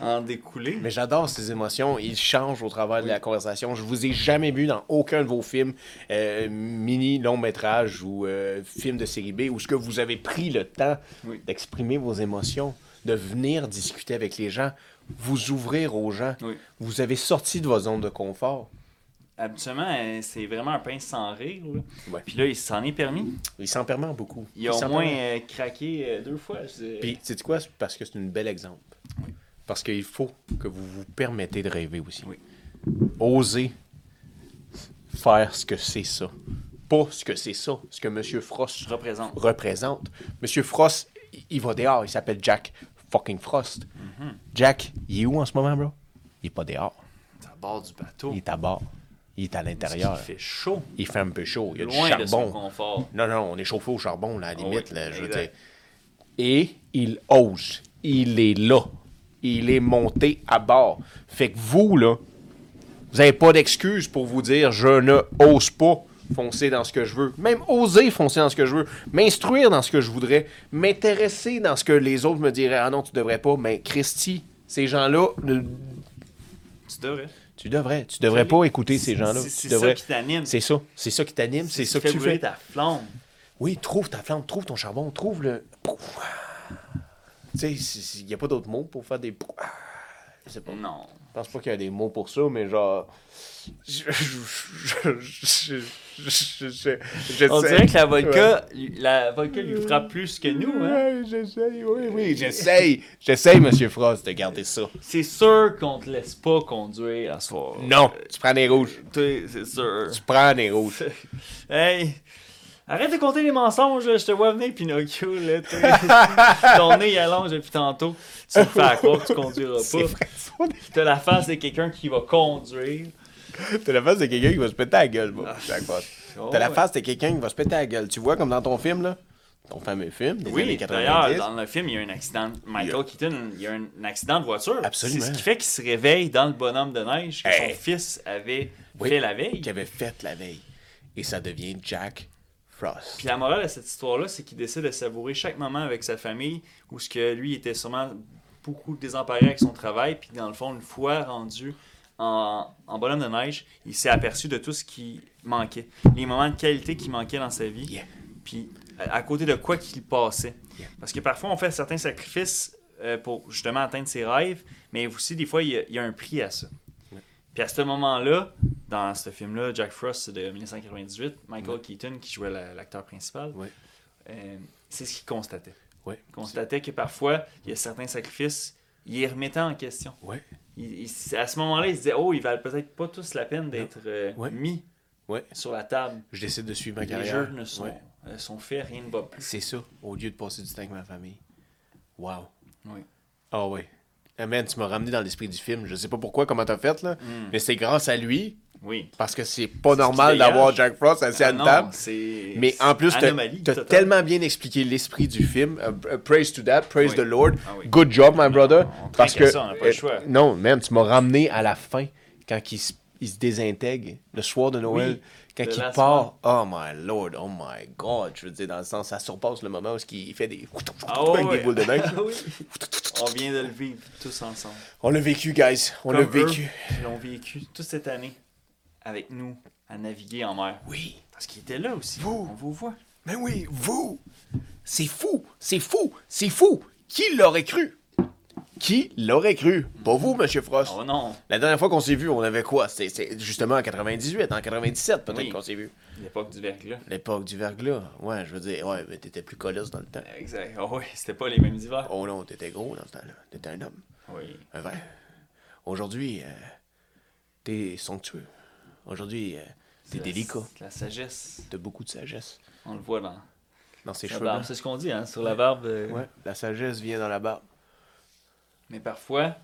Speaker 2: en découler.
Speaker 1: Mais j'adore ces émotions. Ils changent au travers de la conversation. Je vous ai jamais vu dans aucun de vos films, euh, mini, long métrage ou euh, films de série B, où ce que vous avez pris le temps
Speaker 2: Oui.
Speaker 1: d'exprimer vos émotions, de venir discuter avec les gens, vous ouvrir aux gens.
Speaker 2: Oui.
Speaker 1: Vous avez sorti de votre zone de confort.
Speaker 2: habituellement, euh, c'est vraiment un pain sans rire. là.
Speaker 1: Ouais.
Speaker 2: Puis là, il s'en est permis.
Speaker 1: Il s'en permet en beaucoup.
Speaker 2: Il a
Speaker 1: s'en
Speaker 2: au moins
Speaker 1: permet.
Speaker 2: euh, craqué euh, deux fois. je dirais.
Speaker 1: Puis, tu sais quoi? C'est Parce que c'est une belle exemple. Parce qu'il faut que vous vous permettez de rêver aussi.
Speaker 2: Oui.
Speaker 1: Osez faire ce que c'est ça. Pas ce que c'est ça, ce que M. Frost
Speaker 2: Je représente.
Speaker 1: représente. M. Frost, il- il va dehors, il s'appelle Jack fucking Frost.
Speaker 2: Mm-hmm.
Speaker 1: Jack, il est où en ce moment, bro? Il est pas dehors.
Speaker 2: C'est à bord du bateau.
Speaker 1: Il est à bord. Il est à
Speaker 2: Parce qu'il
Speaker 1: l'intérieur.
Speaker 2: fait chaud.
Speaker 1: Il fait un peu chaud. Il y a
Speaker 2: loin
Speaker 1: du
Speaker 2: de son
Speaker 1: charbon.
Speaker 2: confort.
Speaker 1: Non, non, on est chauffé au charbon, là, à la
Speaker 2: Ah
Speaker 1: limite.
Speaker 2: oui,
Speaker 1: là, je veux
Speaker 2: exact.
Speaker 1: dire. Et il ose. Il est là. Il est monté à bord. Fait que vous, là, vous n'avez pas d'excuse pour vous dire je ne ose pas foncer dans ce que je veux. Même oser foncer dans ce que je veux. M'instruire dans ce que je voudrais. M'intéresser dans ce que les autres me diraient. Ah non, tu devrais pas. Mais Christy, ces gens-là, euh,
Speaker 2: Tu devrais.
Speaker 1: tu devrais. Tu devrais pas écouter ces gens-là.
Speaker 2: C'est-
Speaker 1: Tu
Speaker 2: C'est ça
Speaker 1: devrais.
Speaker 2: qui t'anime.
Speaker 1: C'est ça. C'est ça qui t'anime. C'est ça
Speaker 2: qui
Speaker 1: que
Speaker 2: fait
Speaker 1: tu
Speaker 2: brûler
Speaker 1: fais.
Speaker 2: ta flamme.
Speaker 1: Oui, trouve ta flamme, trouve ton charbon, trouve le. Pouf. Tu sais, il n'y a pas d'autres mots pour faire des. pouf. Ah, Je sais pas.
Speaker 2: Non.
Speaker 1: Je pense pas qu'il y a des mots pour ça, mais genre. Je- je- je- je- je- je- je- j'essaie.
Speaker 2: On dirait que la vodka, la vodka lui frappe plus que
Speaker 1: Ouais.
Speaker 2: nous. Hein?
Speaker 1: Ouais, j'essaie, oui, oui, j'essaye. J'essaye, Monsieur Frost, de garder ça.
Speaker 2: C'est sûr qu'on te laisse pas conduire à soir.
Speaker 1: Non, tu prends des rouges.
Speaker 2: T'es- C'est sûr.
Speaker 1: Tu prends des rouges.
Speaker 2: Hey! Arrête de compter les mensonges, là. je te vois venir, Pinocchio, là, t'es- Ton nez, il allonge depuis tantôt. Tu me fais à croire que tu conduiras
Speaker 1: C'est
Speaker 2: pas.
Speaker 1: vrai, ça,
Speaker 2: T'as la face de quelqu'un qui va conduire.
Speaker 1: T'as la face de quelqu'un qui va se péter la gueule, moi.
Speaker 2: Oh,
Speaker 1: T'as la
Speaker 2: ouais.
Speaker 1: face de quelqu'un qui va se péter la gueule. Tu vois, comme dans ton film, là. Ton fameux film, des années
Speaker 2: Oui,
Speaker 1: 90.
Speaker 2: d'ailleurs, dans le film, il y a un accident. Michael Keaton, il y a un accident de voiture.
Speaker 1: Absolument.
Speaker 2: C'est ce qui fait qu'il se réveille dans le bonhomme de neige que
Speaker 1: Hey.
Speaker 2: son fils avait
Speaker 1: Oui.
Speaker 2: fait la veille.
Speaker 1: Qu'il avait fait la veille. Et ça devient Jack Frost.
Speaker 2: Puis la morale de cette histoire-là, c'est qu'il décide de savourer chaque moment avec sa famille, où ce que lui était sûrement beaucoup désemparé avec son travail, puis dans le fond, une fois rendu en, en bonhomme de neige, il s'est aperçu de tout ce qui manquait, les moments de qualité qui manquaient dans sa vie,
Speaker 1: Yeah.
Speaker 2: puis à à côté de quoi qu'il passait.
Speaker 1: Yeah.
Speaker 2: Parce que parfois, on fait certains sacrifices euh, pour justement atteindre ses rêves, mais aussi, des fois, il y a, il y a un prix à ça. Puis à ce moment-là, dans ce film-là, Jack Frost c'est de 1998, Michael Keaton, qui jouait la- l'acteur principal,
Speaker 1: Ouais.
Speaker 2: euh, c'est ce qu'il constatait.
Speaker 1: Ouais.
Speaker 2: Il constatait que parfois, il y a certains sacrifices, il les remettait en question.
Speaker 1: Ouais.
Speaker 2: Il- il- à ce moment-là, il se disait, oh, ils valent peut-être pas tous la peine d'être euh,
Speaker 1: Ouais.
Speaker 2: mis
Speaker 1: Ouais.
Speaker 2: sur la table.
Speaker 1: Je décide de suivre ma
Speaker 2: Les
Speaker 1: carrière.
Speaker 2: jeux ne sont,
Speaker 1: Ouais.
Speaker 2: euh, sont faits, rien ne va plus.
Speaker 1: C'est ça, au lieu de passer du temps avec ma famille. Wow.
Speaker 2: Oui.
Speaker 1: Ah ouais. Ah, man, tu m'as ramené dans l'esprit du film. Je sais pas pourquoi, comment t'as fait, là. Mais c'est grâce à lui,
Speaker 2: Oui.
Speaker 1: parce que c'est pas
Speaker 2: Hmm. C'est ce
Speaker 1: normal
Speaker 2: qui dégage.
Speaker 1: d'avoir Jack Frost assis à
Speaker 2: Ah
Speaker 1: une
Speaker 2: non,
Speaker 1: table.
Speaker 2: c'est-
Speaker 1: Mais en plus, t'as
Speaker 2: anomalie
Speaker 1: t'as
Speaker 2: totale.
Speaker 1: tellement bien expliqué l'esprit du film. Euh, praise to that, praise
Speaker 2: Oui.
Speaker 1: the Lord.
Speaker 2: Ah oui.
Speaker 1: Good job, my brother.
Speaker 2: on
Speaker 1: parce que
Speaker 2: trinque
Speaker 1: euh,
Speaker 2: à ça, on n'a pas le choix.
Speaker 1: non, man, tu m'as ramené à la fin quand il se, il se désintègre le soir de Noël,
Speaker 2: Oui,
Speaker 1: quand
Speaker 2: the
Speaker 1: il
Speaker 2: last
Speaker 1: part. Oh my Lord, oh my God. Je veux dire dans le sens, ça surpasse le moment où il fait des
Speaker 2: Ah ouais,
Speaker 1: avec des
Speaker 2: ouais.
Speaker 1: boules de neige.
Speaker 2: Ah oui. On vient de le vivre tous ensemble.
Speaker 1: On l'a vécu, guys. On l'a
Speaker 2: Comme eux
Speaker 1: vécu.
Speaker 2: qui l'ont vécu toute cette année avec nous à naviguer en mer.
Speaker 1: Oui.
Speaker 2: Parce qu'il était là aussi.
Speaker 1: Vous.
Speaker 2: On vous voit.
Speaker 1: Mais oui, vous! C'est fou! C'est fou! C'est fou! Qui l'aurait cru? Qui l'aurait cru? Pas vous, Monsieur Frost.
Speaker 2: Oh non,
Speaker 1: La dernière fois qu'on s'est vu, on avait quoi? C'était- C'était justement en 98, en 97 peut-être
Speaker 2: Oui.
Speaker 1: qu'on s'est vu.
Speaker 2: l'époque du verglas.
Speaker 1: L'époque du verglas. Ouais, je veux dire, ouais, mais t'étais plus colosse dans le temps.
Speaker 2: Exact. Oh oui, c'était pas les mêmes hivers.
Speaker 1: Oh non, t'étais gros dans ce temps-là. T'étais un homme.
Speaker 2: Oui.
Speaker 1: Un vrai. Aujourd'hui, euh, t'es somptueux. Aujourd'hui, euh, t'es
Speaker 2: la-
Speaker 1: délicat.
Speaker 2: La sagesse.
Speaker 1: T'as beaucoup de sagesse
Speaker 2: On le voit dans
Speaker 1: dans ces
Speaker 2: la
Speaker 1: cheveux-là.
Speaker 2: barbe. C'est ce qu'on dit, hein, sur la barbe. euh,
Speaker 1: Ouais, la sagesse vient dans la barbe.
Speaker 2: Mais parfois,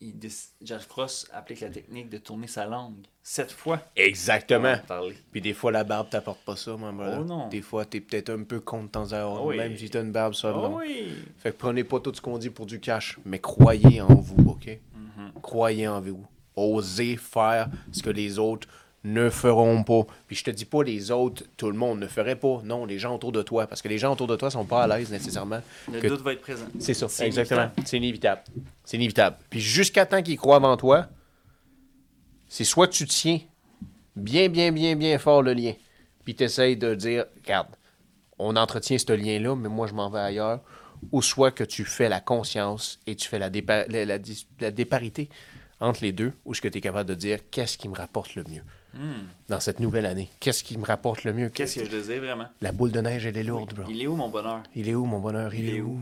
Speaker 2: il déc- Jack Frost applique la technique de tourner sa langue sept fois.
Speaker 1: Exactement.
Speaker 2: avant de Parler.
Speaker 1: Puis des fois, la barbe t'apporte pas ça, mon brother.
Speaker 2: Oh non.
Speaker 1: Des fois, t'es peut-être un peu con de temps à autre,
Speaker 2: Ah oui.
Speaker 1: même si t'as une barbe sur le
Speaker 2: Oh
Speaker 1: long.
Speaker 2: oui.
Speaker 1: Fait que prenez pas tout ce qu'on dit pour du cash, mais croyez en vous, OK?
Speaker 2: Mhm.
Speaker 1: Croyez en vous. Osez faire ce que les autres ne feront pas. Puis je te dis pas les autres, tout le monde ne ferait pas. Non, les gens autour de toi, parce que les gens autour de toi sont pas à l'aise nécessairement.
Speaker 2: Le
Speaker 1: que-
Speaker 2: doute va être présent.
Speaker 1: C'est ça,
Speaker 2: C'est
Speaker 1: exactement. C'est inévitable. C'est inévitable. Puis jusqu'à temps qu'ils croient en toi, c'est soit tu tiens bien, bien, bien, bien fort le lien, puis tu de dire, regarde, on entretient ce lien-là, mais moi, je m'en vais ailleurs, ou soit que tu fais la conscience et tu fais la, dépa- la- la dis- la déparité entre les deux où est-ce que tu es capable de dire qu'est-ce qui me rapporte le mieux dans cette nouvelle année? Qu'est-ce qui me rapporte le mieux?
Speaker 2: Qu'est-ce que je désire vraiment?
Speaker 1: La boule de neige, elle est lourde, bro.
Speaker 2: Il est où mon bonheur?
Speaker 1: Il est où mon bonheur? Il, est où?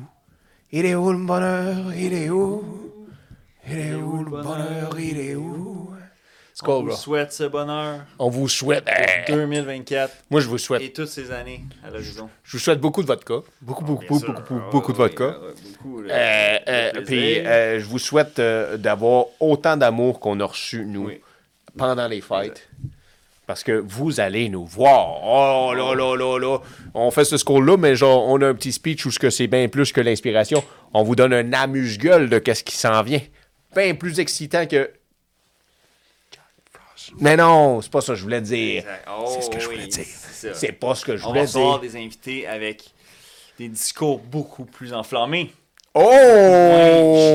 Speaker 1: Il est où le bonheur? Il est où? Il est où le bonheur? Il est où?
Speaker 2: On
Speaker 1: Skull,
Speaker 2: vous
Speaker 1: bro.
Speaker 2: souhaite ce bonheur
Speaker 1: On vous souhaite.
Speaker 2: pour
Speaker 1: Hey!
Speaker 2: 2024
Speaker 1: Moi, Eh. je vous souhaite.
Speaker 2: et toutes ces années à l'horizon.
Speaker 1: Je vous souhaite beaucoup de vodka. Beaucoup, beaucoup,
Speaker 2: Bien
Speaker 1: beaucoup,
Speaker 2: sûr,
Speaker 1: beaucoup,
Speaker 2: ah,
Speaker 1: beaucoup de
Speaker 2: oui,
Speaker 1: vodka.
Speaker 2: ah, ouais, beaucoup, là,
Speaker 1: Euh, euh,
Speaker 2: de plaisir.
Speaker 1: puis euh, je vous souhaite euh, d'avoir autant d'amour qu'on a reçu, nous,
Speaker 2: Oui.
Speaker 1: pendant les fêtes. Parce que vous allez nous voir. Oh là là là là. On fait ce score-là, mais genre, on a un petit speech où ce que c'est bien plus que l'inspiration. On vous donne un amuse-gueule de qu'est-ce qui s'en vient. Bien plus excitant que. Mais non, c'est pas ça que je voulais dire.
Speaker 2: Exact. Oh,
Speaker 1: c'est ce que je voulais
Speaker 2: oui,
Speaker 1: dire.
Speaker 2: c'est ça.
Speaker 1: C'est pas ce que je
Speaker 2: On va
Speaker 1: voulais
Speaker 2: recevoir
Speaker 1: dire.
Speaker 2: des invités avec des discours beaucoup plus enflammés.
Speaker 1: Oh!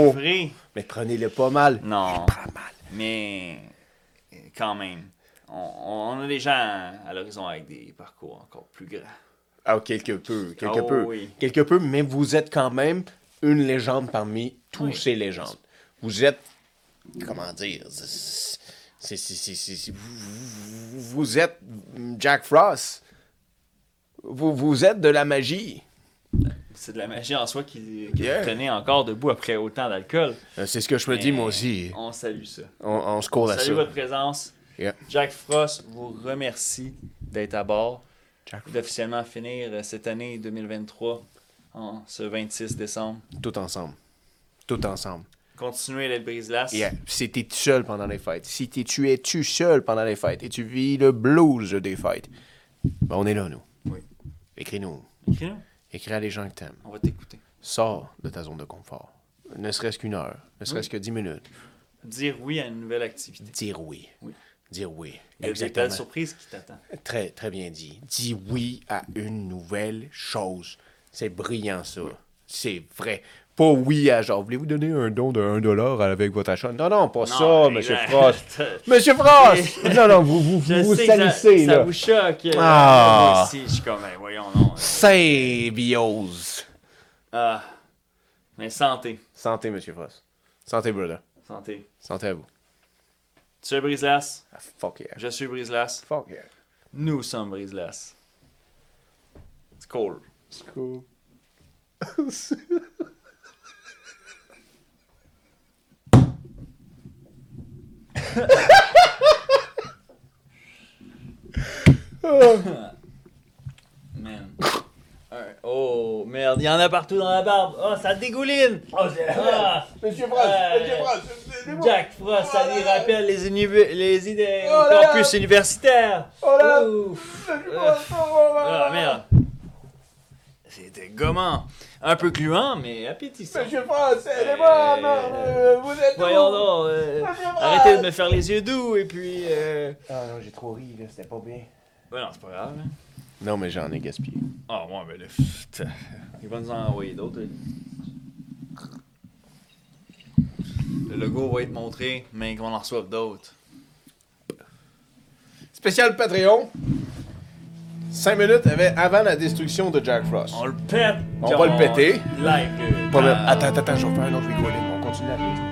Speaker 2: Chiffrés.
Speaker 1: Mais prenez-le pas mal.
Speaker 2: Non.
Speaker 1: Pas mal.
Speaker 2: Mais quand même, on, on a des gens à l'horizon avec des parcours encore plus grands.
Speaker 1: Ah, quelque peu, quelque
Speaker 2: Oh,
Speaker 1: peu.
Speaker 2: oui.
Speaker 1: Quelque peu, mais vous êtes quand même une légende parmi tous
Speaker 2: Oui.
Speaker 1: ces légendes. Vous êtes. Comment dire c'est- c'est- c'est- c'est- c'est- c'est- vous- vous, vous êtes Jack Frost. Vous, vous êtes de la magie.
Speaker 2: C'est de la magie en soi qui, qui
Speaker 1: Yeah.
Speaker 2: nous tenait encore debout après autant d'alcool.
Speaker 1: Euh, C'est ce que je me dis,
Speaker 2: Mais
Speaker 1: moi aussi.
Speaker 2: On salue ça.
Speaker 1: On, on se court à
Speaker 2: Salut
Speaker 1: ça.
Speaker 2: votre présence.
Speaker 1: Yeah.
Speaker 2: Jack Frost vous remercie d'être à bord.
Speaker 1: Jack Frost.
Speaker 2: D'officiellement finir euh, cette année 2023 en ce 26 décembre.
Speaker 1: Tout ensemble. Tout ensemble.
Speaker 2: Continuez d'être brise-glace.
Speaker 1: Yeah. euh, Si t'es tout seul pendant les fêtes, si t'es- tu es tout seul pendant les fêtes et tu vis le blues des fêtes, ben on est là, nous.
Speaker 2: Oui.
Speaker 1: Écris-nous.
Speaker 2: Écris-nous.
Speaker 1: Écris à des gens que t'aimes.
Speaker 2: On va t'écouter.
Speaker 1: Sors de ta zone de confort. Ne serait-ce qu'une heure, ne serait-ce que dix minutes.
Speaker 2: Dire oui à une nouvelle activité.
Speaker 1: Dire oui.
Speaker 2: Oui.
Speaker 1: Dire oui.
Speaker 2: Il y a des belles surprises qui t'attendent.
Speaker 1: Très, très bien dit. Dis oui à une nouvelle chose. C'est brillant, ça. C'est vrai. Pas oui à genre, voulez-vous donner un don de 1$ dollar avec votre achat? Non, non, pas ça,
Speaker 2: Non,
Speaker 1: Monsieur
Speaker 2: exact.
Speaker 1: Frost. Monsieur Frost! non, non, vous vous,
Speaker 2: Je
Speaker 1: vous
Speaker 2: sais que ça,
Speaker 1: salissez,
Speaker 2: ça
Speaker 1: là.
Speaker 2: vous choque. euh,
Speaker 1: Ah.
Speaker 2: Moi aussi, je suis comme, ben, voyons, non. euh,
Speaker 1: Symbiose.
Speaker 2: Ah. Mais santé.
Speaker 1: Santé, Monsieur Frost. Santé, brother.
Speaker 2: Santé.
Speaker 1: Santé à vous.
Speaker 2: Tu es Brise-Glace.
Speaker 1: Ah, fuck yeah.
Speaker 2: Je suis Brise-Glace.
Speaker 1: Fuck yeah.
Speaker 2: Nous sommes Brise-Glace. C'est cool.
Speaker 1: Cool.
Speaker 2: Man. Un- Oh, merde, il y en a partout dans la barbe. Oh, ça dégouline.
Speaker 1: Oh,
Speaker 2: Ah.
Speaker 1: Monsieur
Speaker 2: Euh,
Speaker 1: Frost.
Speaker 2: Jack Frost, ça lui rappelle les, uni- les idées
Speaker 1: Oh là
Speaker 2: au
Speaker 1: là.
Speaker 2: corpus universitaire.
Speaker 1: Oh là.
Speaker 2: Ouf.
Speaker 1: Ah,
Speaker 2: Ah, merde. C'était gommant. Un peu gluant, mais appétissant.
Speaker 1: Monsieur Frost, aidez-moi,
Speaker 2: aidez-moi,
Speaker 1: merde,
Speaker 2: merde,
Speaker 1: vous êtes
Speaker 2: Voyons donc, euh, arrêtez de me faire les yeux doux et puis. Euh...
Speaker 1: Ah non, j'ai trop ri, là, c'était pas bien.
Speaker 2: Ouais, non, c'est pas grave. hein.
Speaker 1: Non, mais j'en ai gaspillé.
Speaker 2: Ah, ouais, mais là, putain. Il va nous en envoyer d'autres. hein. Le logo va être montré, mais qu'on en reçoive d'autres.
Speaker 1: Spécial Patreon. 5 minutes avait- avant la destruction de Jack Frost. Ah,
Speaker 2: On le pète!
Speaker 1: On
Speaker 2: puis
Speaker 1: va le péter.
Speaker 2: Like. euh, ah,
Speaker 1: Pas même- Attends, attends, attends, je vais faire un autre recording. On continue à rire.